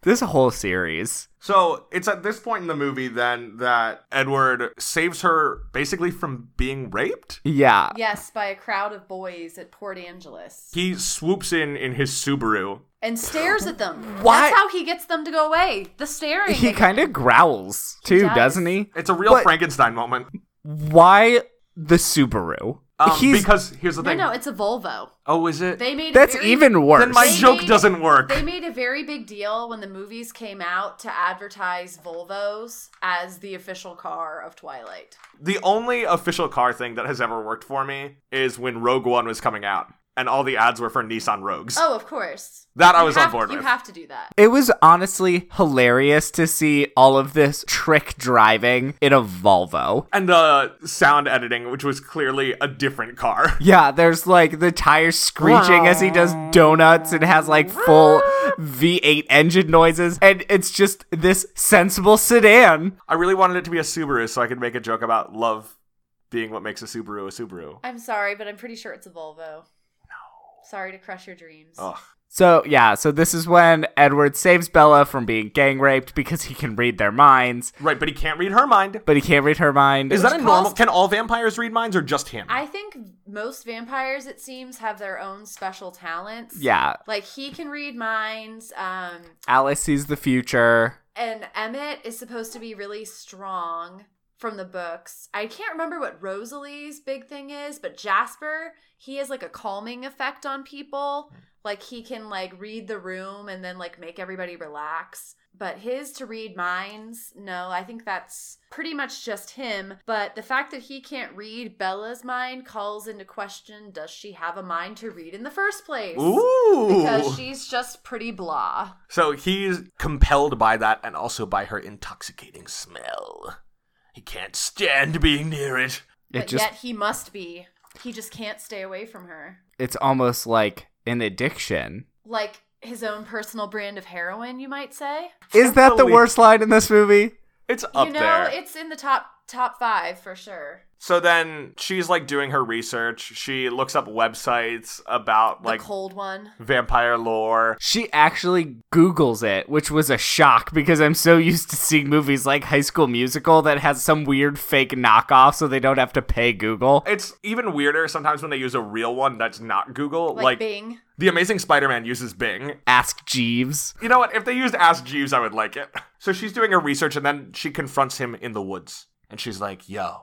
B: This whole series.
A: So it's at this point in the movie then that Edward saves her basically from being raped.
B: Yeah.
C: Yes, by a crowd of boys at Port Angeles.
A: He swoops in in his Subaru.
C: and stares at them.
B: Why-
C: That's how he gets them to go away. The staring.
B: He kind of growls, too,
C: does.
B: doesn't he?
A: It's a real
B: But-
A: Frankenstein moment.
B: Why the Subaru?
A: Um,
B: He's-
A: because here's the
C: No,
A: thing.
C: no, it's a Volvo.
A: Oh, is it?
C: They made a
B: that's
C: very-
B: even worse.
A: then my
C: They
A: joke
C: made-
A: doesn't work.
C: They made a very big deal when the movies came out to advertise Volvos as the official car of Twilight.
A: The only official car thing that has ever worked for me is when Rogue One was coming out, and all the ads were for Nissan Rogues.
C: Oh, of course.
A: That I
C: You
A: was on
C: have-
A: board
C: You
A: with.
C: have to do that.
B: It was honestly hilarious to see all of this trick driving in a Volvo.
A: And the sound editing, which was clearly a different car.
B: Yeah, there's like the tires screeching as he does donuts and has like full V8 engine noises. And it's just this sensible sedan.
A: I really wanted it to be a Subaru so I could make a joke about love being what makes a Subaru a Subaru.
C: I'm sorry, but I'm pretty sure it's a Volvo. No. Sorry to crush your dreams.
A: Ugh.
B: So, yeah, so this is when Edward saves Bella from being gang raped because he can read their minds,
A: Right, but he can't read her mind.
B: but he can't read her mind.
A: Is that a
C: calls-
A: normal? Can all vampires read minds or just him?
C: I think most vampires, it seems, have their own special talents.
B: yeah,
C: Like he can read minds. Um,
B: Alice sees the future.
C: and Emmett is supposed to be really strong from the books. I can't remember what Rosalie's big thing is, but Jasper, he has like a calming effect on people. Like he can like read the room and then like make everybody relax. But his to read minds, no, I think that's pretty much just him. But the fact that he can't read Bella's mind calls into question does she have a mind to read in the first place?
A: Ooh.
C: Because she's just pretty blah.
A: so he's compelled by that and also by her intoxicating smell. He can't stand being near it.
B: It
C: but
B: just
C: yet he must be. He just can't stay away from her.
B: it's almost like an addiction.
C: Like his own personal brand of heroin, you might say.
B: Is that the
A: Totally.
B: worst line in this movie?
A: It's up
C: you know,
A: there.
C: it's in the top top five for sure.
A: so then she's like doing her research. She looks up websites about like
C: the cold one.
A: vampire lore.
B: She actually Googles it, which was a shock because I'm so used to seeing movies like High School Musical that has some weird fake knockoff so they don't have to pay Google.
A: It's even weirder sometimes when they use a real one that's not Google.
C: Like,
A: Like,
C: Bing.
A: The Amazing Spider-Man uses Bing.
B: Ask Jeeves.
A: You know what? If they used Ask Jeeves, I would like it. So she's doing her research and then she confronts him in the woods. And she's like, yo,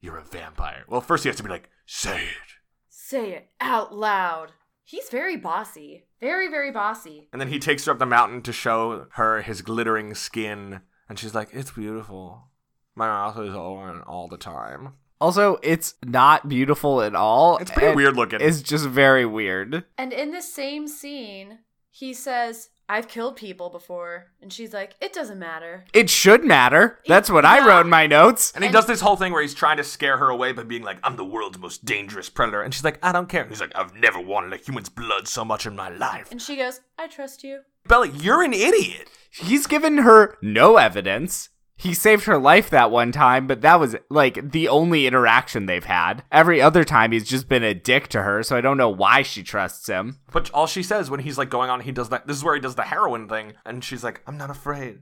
A: you're a vampire. Well, first he has to be like, say it.
C: Say it out loud. He's very bossy. Very, very bossy.
A: And then he takes her up the mountain to show her his glittering skin. And she's like, it's beautiful. My mouth is open all the time.
B: Also, it's not beautiful at all.
A: It's pretty
B: and
A: weird looking.
B: It's just very weird.
C: And in this same scene, he says, I've killed people before. And she's like, It doesn't matter.
B: It should matter. That's what I
C: Yeah.
B: wrote in my notes.
A: and he does this whole thing where he's trying to scare her away by being like, I'm the world's most dangerous predator. And she's like, I don't care. And he's like, I've never wanted a human's blood so much in my life.
C: And she goes, I trust you.
A: Bella, you're an idiot.
B: He's given her no evidence. He saved her life that one time, but that was like the only interaction they've had. Every other time, he's just been a dick to her, so I don't know why she trusts him.
A: But all she says when he's like going on, he does that. This is where he does the heroin thing, and she's like, "I'm not afraid.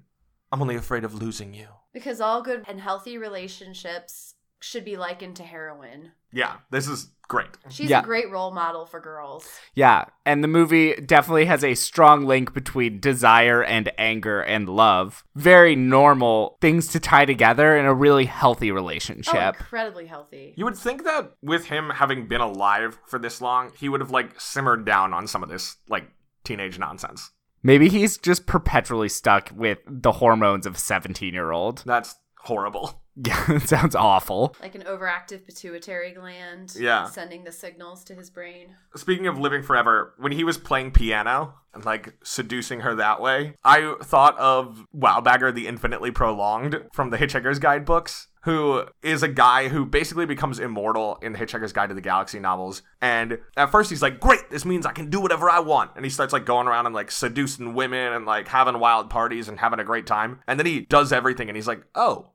A: I'm only afraid of losing you."
C: Because all good and healthy relationships should be likened to heroin.
A: Yeah, this is great.
C: She's
B: Yeah.
C: a great role model for girls.
B: Yeah, and the movie definitely has a strong link between desire and anger and love. Very normal things to tie together in a really healthy
C: Oh,
B: relationship.
C: incredibly healthy.
A: You would think that with him having been alive for this long, he would have like simmered down on some of this like teenage nonsense.
B: Maybe he's just perpetually stuck with the hormones of a 17 year old.
A: That's horrible.
B: Yeah, it sounds awful.
C: Like an overactive pituitary gland.
A: Yeah.
C: Sending the signals to his brain.
A: Speaking of living forever, when he was playing piano and like seducing her that way, I thought of Wowbagger the Infinitely Prolonged from the Hitchhiker's Guide books, who is a guy who basically becomes immortal in the Hitchhiker's Guide to the Galaxy novels. And at first he's like, Great, this means I can do whatever I want. And he starts like going around and like seducing women and like having wild parties and having a great time. And then he does everything and he's like, Oh,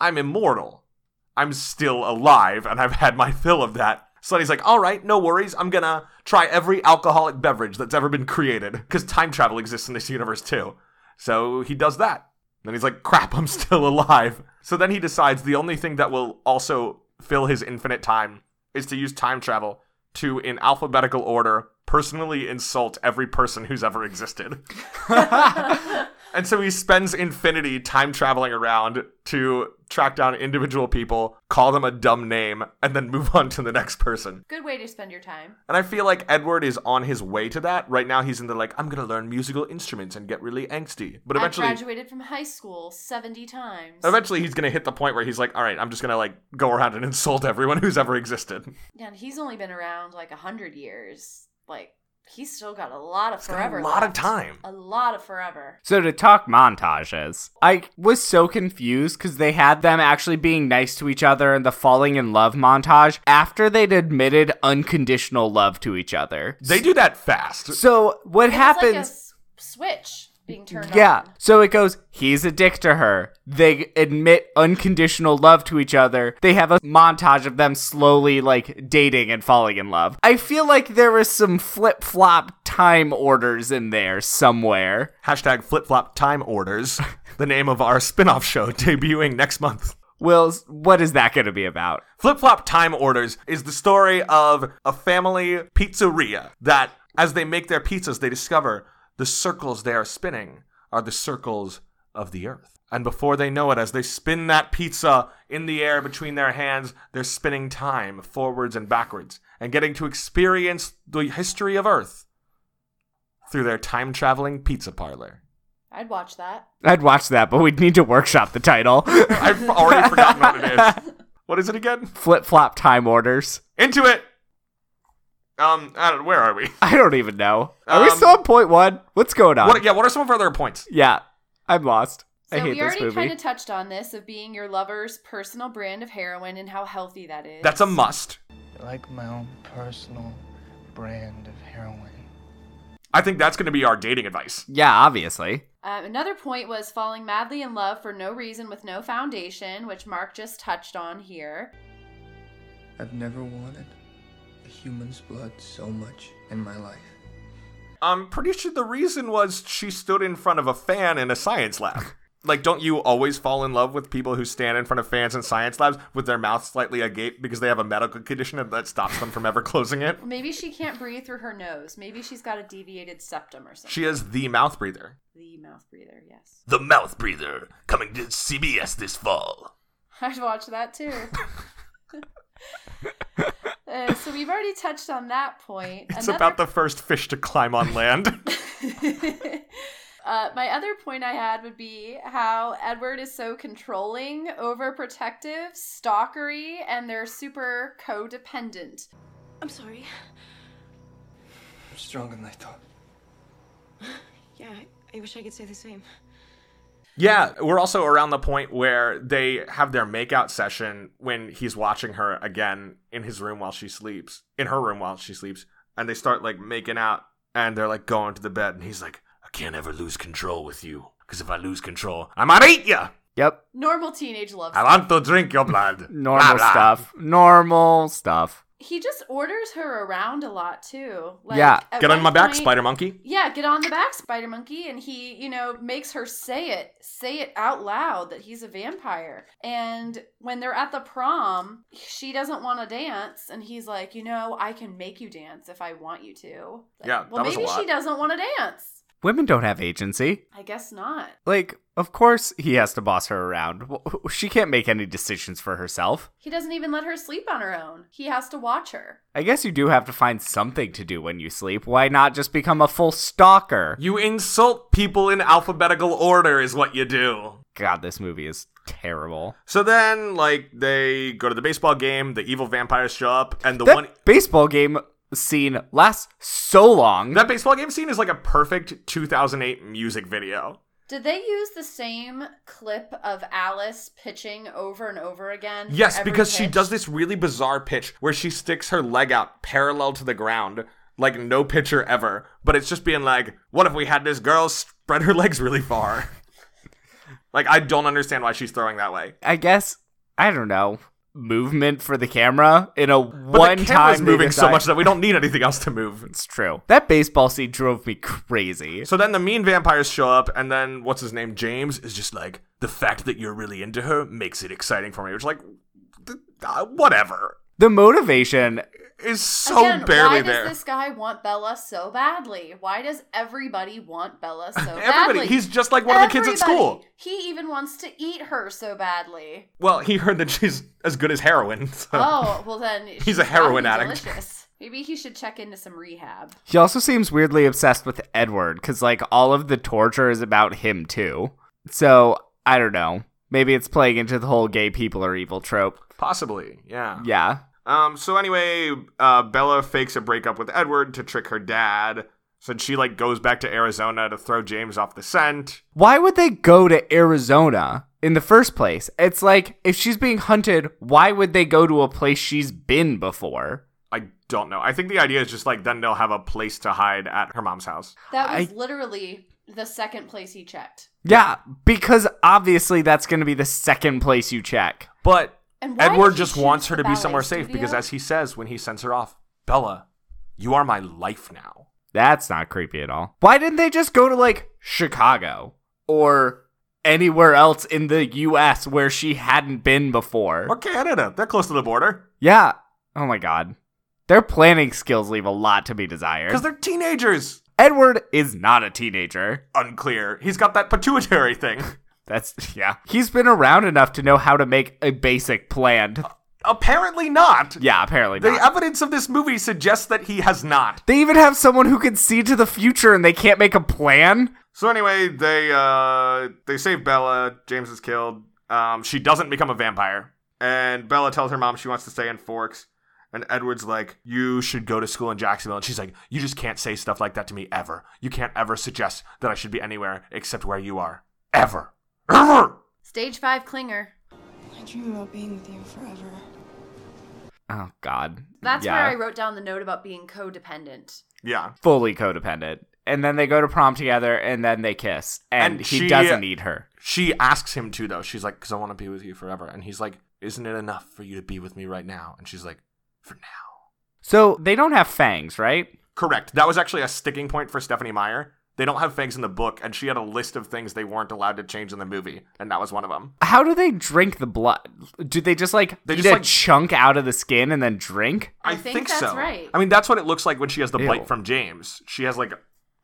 A: I'm immortal. I'm still alive, and I've had my fill of that. So then he's like, all right, no worries. I'm gonna try every alcoholic beverage that's ever been created, because time travel exists in this universe too. So he does that. Then he's like, crap, I'm still alive. So then he decides the only thing that will also fill his infinite time is to use time travel to, in alphabetical order, personally insult every person who's ever existed. And so he spends infinity time traveling around to track down individual people, call them a dumb name, and then move on to the next person.
C: Good way to spend your time.
A: And I feel like Edward is on his way to that. Right now, he's in the like, I'm going to learn musical instruments and get really angsty. But eventually.
C: I graduated from high school 70 times.
A: Eventually, he's gonna hit the point where he's like, "All right, I'm just gonna like go around and insult everyone who's ever existed."
C: And he's only been around like 100 years. Like, he's still got a lot of
A: got a
C: forever.
A: lot of
C: left.
A: time.
C: A lot of forever.
B: So to talk montages, I was so confused because they had them actually being nice to each other in the falling in love montage after they'd admitted unconditional love to each other.
A: They do that fast.
B: So what
C: It's Like a
B: happens?
C: s- switch being turned
B: Yeah.
C: on.
B: So it goes, he's a dick to her. They admit unconditional love to each other. They have a montage of them slowly like dating and falling in love. I feel like there was some flip flop time orders in there somewhere.
A: Hashtag flip flop time orders. The name of our spin off show debuting next month.
B: Will, what is that going to be about?
A: Flip Flop Time Orders is the story of a family pizzeria that, as they make their pizzas, they discover the circles they are spinning are the circles of the earth. And before they know it, as they spin that pizza in the air between their hands, they're spinning time forwards and backwards and getting to experience the history of Earth through their time traveling pizza parlor.
C: I'd watch that.
B: I'd watch that, but we'd need to workshop the title.
A: I've already forgotten what it is. What is it again?
B: Flip flop time orders.
A: Into it! Um, I don't, where are we?
B: I don't even know. Are we
A: Um,
B: still on point one? What's going on?
A: What, yeah, what are some of our other points?
B: yeah, I'm lost.
C: So
B: I hate
C: we
B: this
C: already
B: movie.
C: kind of touched on this of being your lover's personal brand of heroin and how healthy that is.
A: That's a must.
E: like my own personal brand of heroin.
A: I think that's going to be our dating advice.
B: yeah, obviously.
C: Um, another point was falling madly in love for no reason with no foundation, which Mark just touched on here.
E: I've never wanted a human's blood so much in my life.
A: I'm Um, pretty sure the reason was she stood in front of a fan in a science lab. like, don't you always fall in love with people who stand in front of fans in science labs with their mouths slightly agape because they have a medical condition and that stops them from ever closing it?
C: Maybe she can't breathe through her nose. Maybe she's got a deviated septum or something.
A: She is the mouth breather.
C: the mouth breather, yes.
A: The mouth breather coming to CBS this fall.
C: I'd watch that too. Uh, so we've already touched on that point.
A: It's
C: Another
A: about the first fish to climb on land.
C: Uh, my other point I had would be how Edward is so controlling, overprotective, stalkery, and they're super codependent.
F: I'm sorry.
E: I'm stronger than I thought.
F: Yeah, I, I wish I could say the same.
A: Yeah, we're also around the point where they have their makeout session when he's watching her again in his room while she sleeps, in her room while she sleeps, and they start like making out and they're like going to the bed and he's like, "I can't ever lose control with you, cuz if I lose control, I might eat you.
B: Yep.
C: Normal teenage love.
A: I want to drink your blood."
B: Normal
A: Blah, blah.
B: stuff. Normal stuff.
C: he just orders her around a lot too. Like,
B: Yeah.
C: at
A: Get on
C: one
A: my back,
C: point-
A: spider monkey.
C: Yeah, get on the back, Spider Monkey, and he, you know, makes her say it, say it out loud that he's a vampire. And when they're at the prom, she doesn't want to dance, and he's like, you know, I can make you dance if I want you to. Like,
A: Yeah,
C: well,
A: that was a
C: maybe
A: lot.
C: she doesn't want to dance.
B: Women don't have agency.
C: I guess not.
B: Like, of course he has to boss her around. W- She can't make any decisions for herself.
C: He doesn't even let her sleep on her own. He has to watch her.
B: I guess you do have to find something to do when you sleep. Why not just become a full stalker?
A: You insult people in alphabetical order, is what you do.
B: God, this movie is terrible.
A: So then, like, they go to the baseball game, the evil vampires show up, and the
B: that
A: one.
B: baseball game scene lasts so long.
A: That baseball game scene is like a perfect 2008 music video.
C: Did they use the same clip of Alice pitching over and over again? for
A: Yes,
C: every
A: because she
C: pitch?
A: does this really bizarre pitch where she sticks her leg out parallel to the ground, like no pitcher ever. But it's just being like, what if we had this girl spread her legs really far? like, I don't understand why she's throwing that way.
B: I guess I don't know movement for the camera in a
A: But
B: one
A: the camera's
B: time
A: moving so much that we don't need anything else to move.
B: It's true. That baseball scene drove me crazy.
A: So then the mean vampires show up, and then what's his name, James, is just like, the fact that you're really into her makes it exciting for me. Which, like, th- uh, whatever.
B: The motivation
A: Is so barely
C: why
A: there.
C: does this guy want Bella so badly? Why does everybody want Bella so
A: Everybody,
C: badly?
A: he's just like one of the kids at
C: Everybody.
A: school.
C: He even wants to eat her so badly.
A: Well, he heard that she's as good as heroin. So.
C: Oh, well then she's
A: a heroin
C: probably
A: addict.
C: delicious. Maybe he should check into some rehab.
B: He also seems weirdly obsessed with Edward because, like, all of the torture is about him, too. So, I don't know. Maybe it's playing into the whole gay people are evil trope.
A: Possibly, yeah.
B: Yeah.
A: Um. So anyway, uh, Bella fakes a breakup with Edward to trick her dad. So she like goes back to Arizona to throw James off the scent.
B: Why would they go to Arizona in the first place? It's like, if she's being hunted, why would they go to a place she's been before?
A: I don't know. I think the idea is just like then they'll have a place to hide at her mom's house.
C: That was
B: I-
C: literally the second place he checked.
B: Yeah, because obviously that's going to be the second place you check.
A: But
C: And why
A: Edward
C: did he
A: just wants
C: choose
A: her to
C: the
A: be
C: ballet
A: somewhere safe because,
C: studio?
A: as he says when he sends her off, Bella, you are my life now.
B: That's not creepy at all. Why didn't they just go to like Chicago or anywhere else in the US where she hadn't been before?
A: Or Canada. They're close to the border.
B: Yeah. Oh my god. Their planning skills leave a lot to be desired.
A: Because they're teenagers.
B: Edward is not a teenager.
A: Unclear. He's got that pituitary thing.
B: That's yeah. He's been around enough to know how to make a basic plan. to-
A: Apparently not.
B: Yeah, apparently
A: The
B: not.
A: evidence of this movie suggests that he has not.
B: They even have someone who can see to the future and they can't make a plan?
A: So anyway, they uh they save Bella. James is killed. Um, she doesn't become a vampire, and Bella tells her mom she wants to stay in Forks. And Edward's like, "You should go to school in Jacksonville." And she's like, "You just can't say stuff like that to me ever. You can't ever suggest that I should be anywhere except where you are, ever, ever."
C: Stage five clinger.
F: I dream about being with you forever.
B: Oh god.
C: That's
B: yeah.
C: where I wrote down the note about being codependent.
A: Yeah.
B: fully codependent. And then they go to prom together and then they kiss. And,
A: And
B: he
A: she-
B: doesn't need her.
A: She asks him to though. She's like, "Cause I want to be with you forever." And he's like, "Isn't it enough for you to be with me right now?" And she's like, "For now."
B: So they don't have fangs, right?
A: Correct. That was actually a sticking point for Stephanie Meyer. They don't have fangs in the book, and she had a list of things they weren't allowed to change in the movie, and that was one of them.
B: How do they drink the blood? Do they just like
A: They
B: eat
A: just,
B: a
A: like-
B: chunk out of the skin and then drink?
C: I think that's
A: so.
C: right.
A: I mean, that's what it looks like when she has the
B: Ew.
A: bite from James. She has like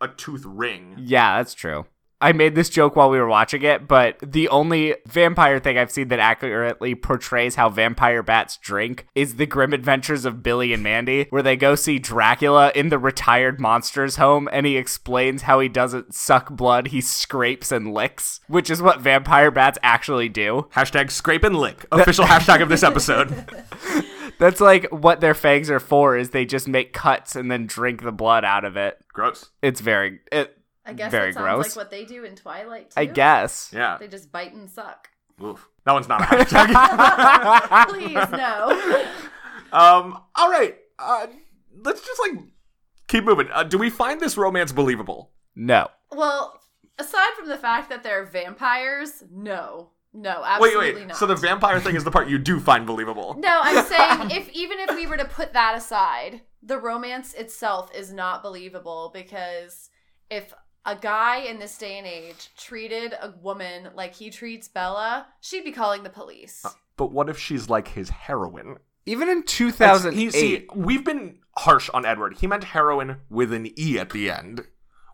A: a tooth ring.
B: Yeah, that's true. I made this joke while we were watching it, but the only vampire thing I've seen that accurately portrays how vampire bats drink is the grim adventures of Billy and Mandy, where they go see Dracula in the retired monster's home and he explains how he doesn't suck blood, he scrapes and licks, which is what vampire bats actually do.
A: Hashtag scrape and lick. Official hashtag of this episode.
B: That's like what their fangs are for is they just make cuts and then drink the blood out of it.
A: Gross.
B: It's very it,
C: I guess
B: very
C: that sounds
B: gross.
C: like what they do in Twilight. Too.
B: I guess.
A: Yeah.
C: they just bite and suck.
A: Oof. That one's not a hashtag.
B: Ah.
C: Please no.
A: um. All right. Uh, let's just like keep moving. Uh, do we find this romance believable?
B: No.
C: well, aside from the fact that they're vampires, no, no,
A: Wait,
C: absolutely
A: wait.
C: not.
A: So the vampire thing is the part you do find believable.
C: no, I'm saying if even if we were to put that aside, the romance itself is not believable because if a guy in this day and age treated a woman like he treats Bella, she'd be calling the police.
A: But what if she's like his heroine?
B: Even in
A: That's-
B: 2008,
A: He, see, we've been harsh on Edward. He meant heroin with an E at the end.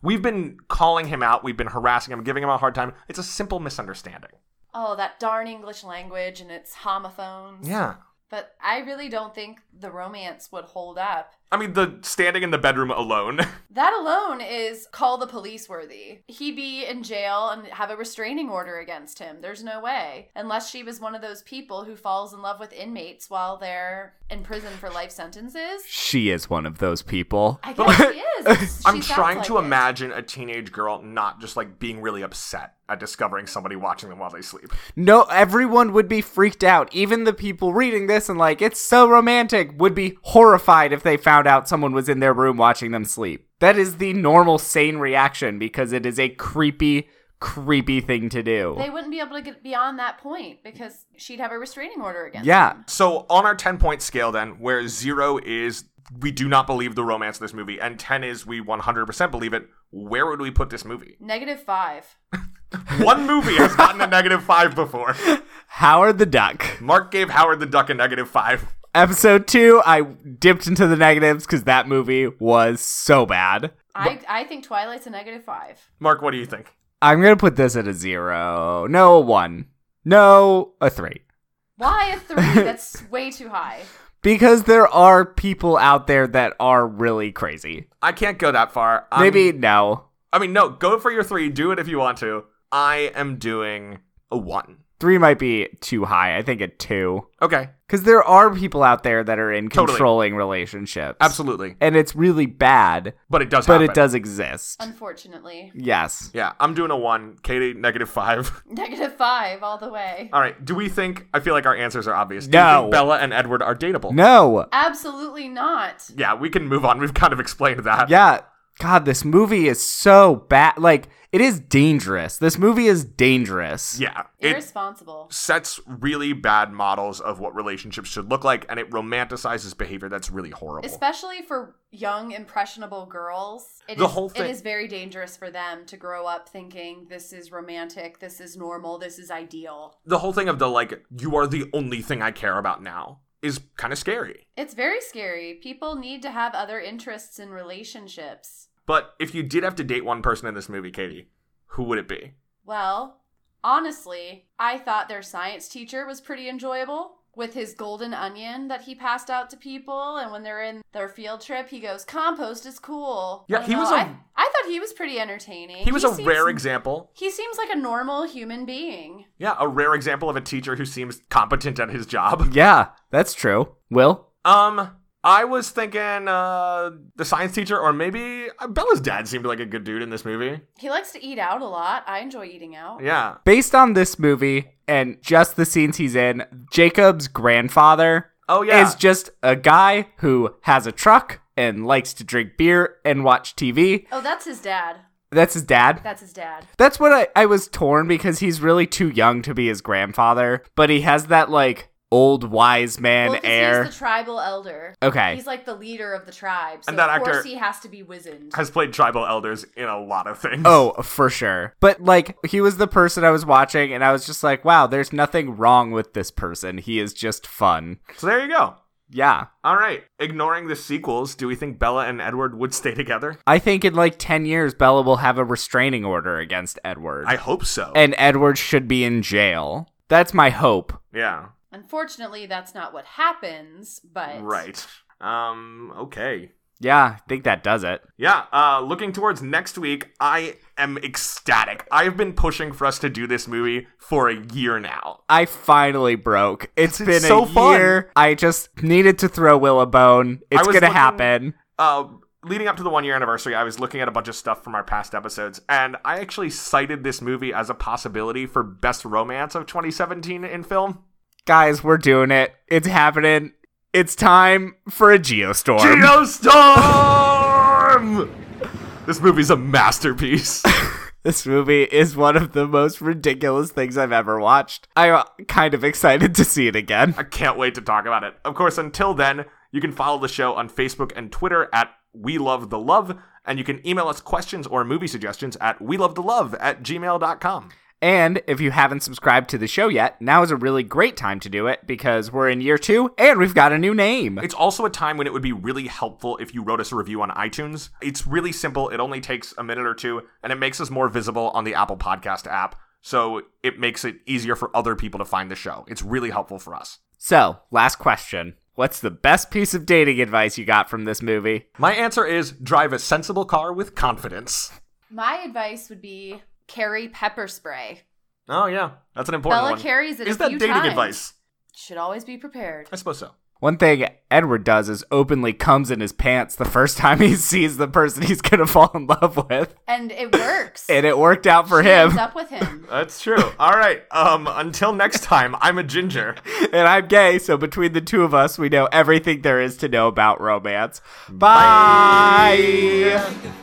A: We've been calling him out, we've been harassing him, giving him a hard time. It's a simple misunderstanding.
C: Oh, that darn English language and its homophones.
A: Yeah.
C: But I really don't think the romance would hold up.
A: I mean, the standing in the bedroom alone.
C: That alone is call the police worthy. He'd be in jail and have a restraining order against him. There's no way. Unless she was one of those people who falls in love with inmates while they're in prison for life sentences.
B: She is one of those people.
C: I guess she is. She
A: I'm
C: sounds
A: trying
C: like
A: to
C: it.
A: imagine a teenage girl not just like being really upset at discovering somebody watching them while they sleep.
B: No, everyone would be freaked out. Even the people reading this and like, it's so romantic, would be horrified if they found out someone was in their room watching them sleep. That is the normal, sane reaction because it is a creepy, creepy thing to do.
C: They wouldn't be able to get beyond that point because she'd have a restraining order against
B: yeah.
C: him.
A: So on our 10 point scale then, where 0 is we do not believe the romance of this movie and 10 is we 100% believe it, where would we put this movie?
C: Negative five.
A: One movie has gotten a negative 5 before.
B: Howard the Duck.
A: Mark gave Howard the Duck a negative 5.
B: Episode two, I dipped into the negatives because that movie was so bad.
C: I, I think Twilight's a negative five.
A: Mark, what do you think?
B: I'm going to put this at a zero. No, a one. No, a three.
C: Why a three? That's way too high.
B: Because there are people out there that are really crazy.
A: I can't go that far. I'm-
B: Maybe no.
A: I mean, no, go for your 3, do it if you want to. I am doing a 1.
B: Three might be too high. I think a two.
A: Okay,
B: Because there are people out there that are in
A: Totally.
B: controlling relationships.
A: absolutely.
B: And it's really bad,
A: But it does
B: but
A: happen.
B: it does exist.
C: Unfortunately.
B: yes.
A: Yeah, I'm doing a 1. Katie negative 5.
C: Negative five all the way.
A: All right. Do we think? I feel like our answers are obvious. Do you
B: No.
A: think Bella and Edward are dateable?
B: No.
C: Absolutely not.
A: Yeah, we can move on. We've kind of explained that.
B: Yeah. God, this movie is so bad. Like, it is dangerous. This movie is dangerous.
A: Yeah. It
C: Irresponsible.
A: sets really bad models of what relationships should look like, and it romanticizes behavior that's really horrible.
C: Especially for young, impressionable girls. It is
A: The whole thing-
C: It is very dangerous for them to grow up thinking this is romantic, this is normal, this is ideal.
A: the whole thing of the like, you are the only thing I care about now is kind of scary.
C: It's very scary. People need to have other interests in relationships.
A: But if you did have to date one person in this movie, Katie, who would it be?
C: Well, honestly, I thought their science teacher was pretty enjoyable with his golden onion that he passed out to people. And when they're in their field trip, he goes, Compost is cool.
A: Yeah,
C: I don't
A: he was
C: know.
A: a-
C: I- I thought he was pretty entertaining.
A: He was a
C: seems-
A: rare example.
C: He seems like a normal human being.
A: Yeah, a rare example of a teacher who seems competent at his job.
B: Yeah, that's true. Will?
A: Um, I was thinking uh the science teacher, or maybe uh, Bella's dad seemed like a good dude in this movie.
C: He likes to eat out a lot. I enjoy eating out.
A: Yeah,
B: Based on this movie and just the scenes he's in, Jacob's grandfather
A: Oh, yeah.
B: is just a guy who has a truck and likes to drink beer and watch TV.
C: Oh, that's his dad.
B: That's his dad.
C: That's his dad.
B: That's what I, I was torn because he's really too young to be his grandfather, but he has that like old wise man
C: well, 'cause
B: air.
C: he's the tribal elder.
B: Okay.
C: He's like the leader of the tribe. So
A: And that
C: of course
A: actor-
C: he has to be wizened.
A: has played tribal elders in a lot of things.
B: Oh, for sure. But like he was the person I was watching and I was just like, wow, there's nothing wrong with this person. He is just fun.
A: so there you go.
B: Yeah.
A: All right, ignoring the sequels, do we think Bella and Edward would stay together?
B: I think in like 10 years Bella will have a restraining order against Edward.
A: I hope so.
B: and Edward should be in jail. That's my hope.
A: yeah,
C: Unfortunately, that's not what happens, but.
A: right. Um, okay.
B: Yeah, I think that does it.
A: Yeah, uh, looking towards next week, I am ecstatic. I've been pushing for us to do this movie for a year now.
B: I finally broke.
A: It's
B: it's been
A: so
B: a
A: fun.
B: year. I just needed to throw Will a bone.
A: I
B: It's
A: was
B: gonna
A: looking-
B: happen.
A: uh, leading up to the one year anniversary, I was looking at a bunch of stuff from our past episodes, and I actually cited this movie as a possibility for best romance of 2017 in film.
B: Guys, we're doing it. It's happening. It's time for a geostorm.
A: Geostorm! this movie's a masterpiece.
B: this movie is one of the most ridiculous things I've ever watched. I'm uh, kind of excited to see it again.
A: I can't wait to talk about it. Of course, until then, you can follow the show on Facebook and Twitter at We Love the Love, and you can email us questions or movie suggestions at We Love the Love at gmail.com.
B: And if you haven't subscribed to the show yet, now is a really great time to do it because we're in year two and we've got a new name.
A: It's also a time when it would be really helpful if you wrote us a review on iTunes. It's really simple, it only takes a minute or two, and it makes us more visible on the Apple Podcast app. So it makes it easier for other people to find the show. It's really helpful for us.
B: So, last question. What's the best piece of dating advice you got from this movie?
A: My answer is drive a sensible car with confidence.
C: My advice would be carry pepper spray.
A: Oh, yeah. That's an important
C: Bella
A: one.
C: carries it.
A: is
C: a
A: that
C: few
A: dating
C: times.
A: advice?
C: Should always be prepared.
A: I suppose so.
B: One thing Edward does is openly comes in his pants the first time he sees the person he's gonna fall in love with.
C: And it works.
B: And it worked out for
C: She
B: him.
C: ends up with him.
A: That's true. All right. Um, until next time, I'm a ginger.
B: And I'm gay, so between the two of us, we know everything there is to know about romance. Bye.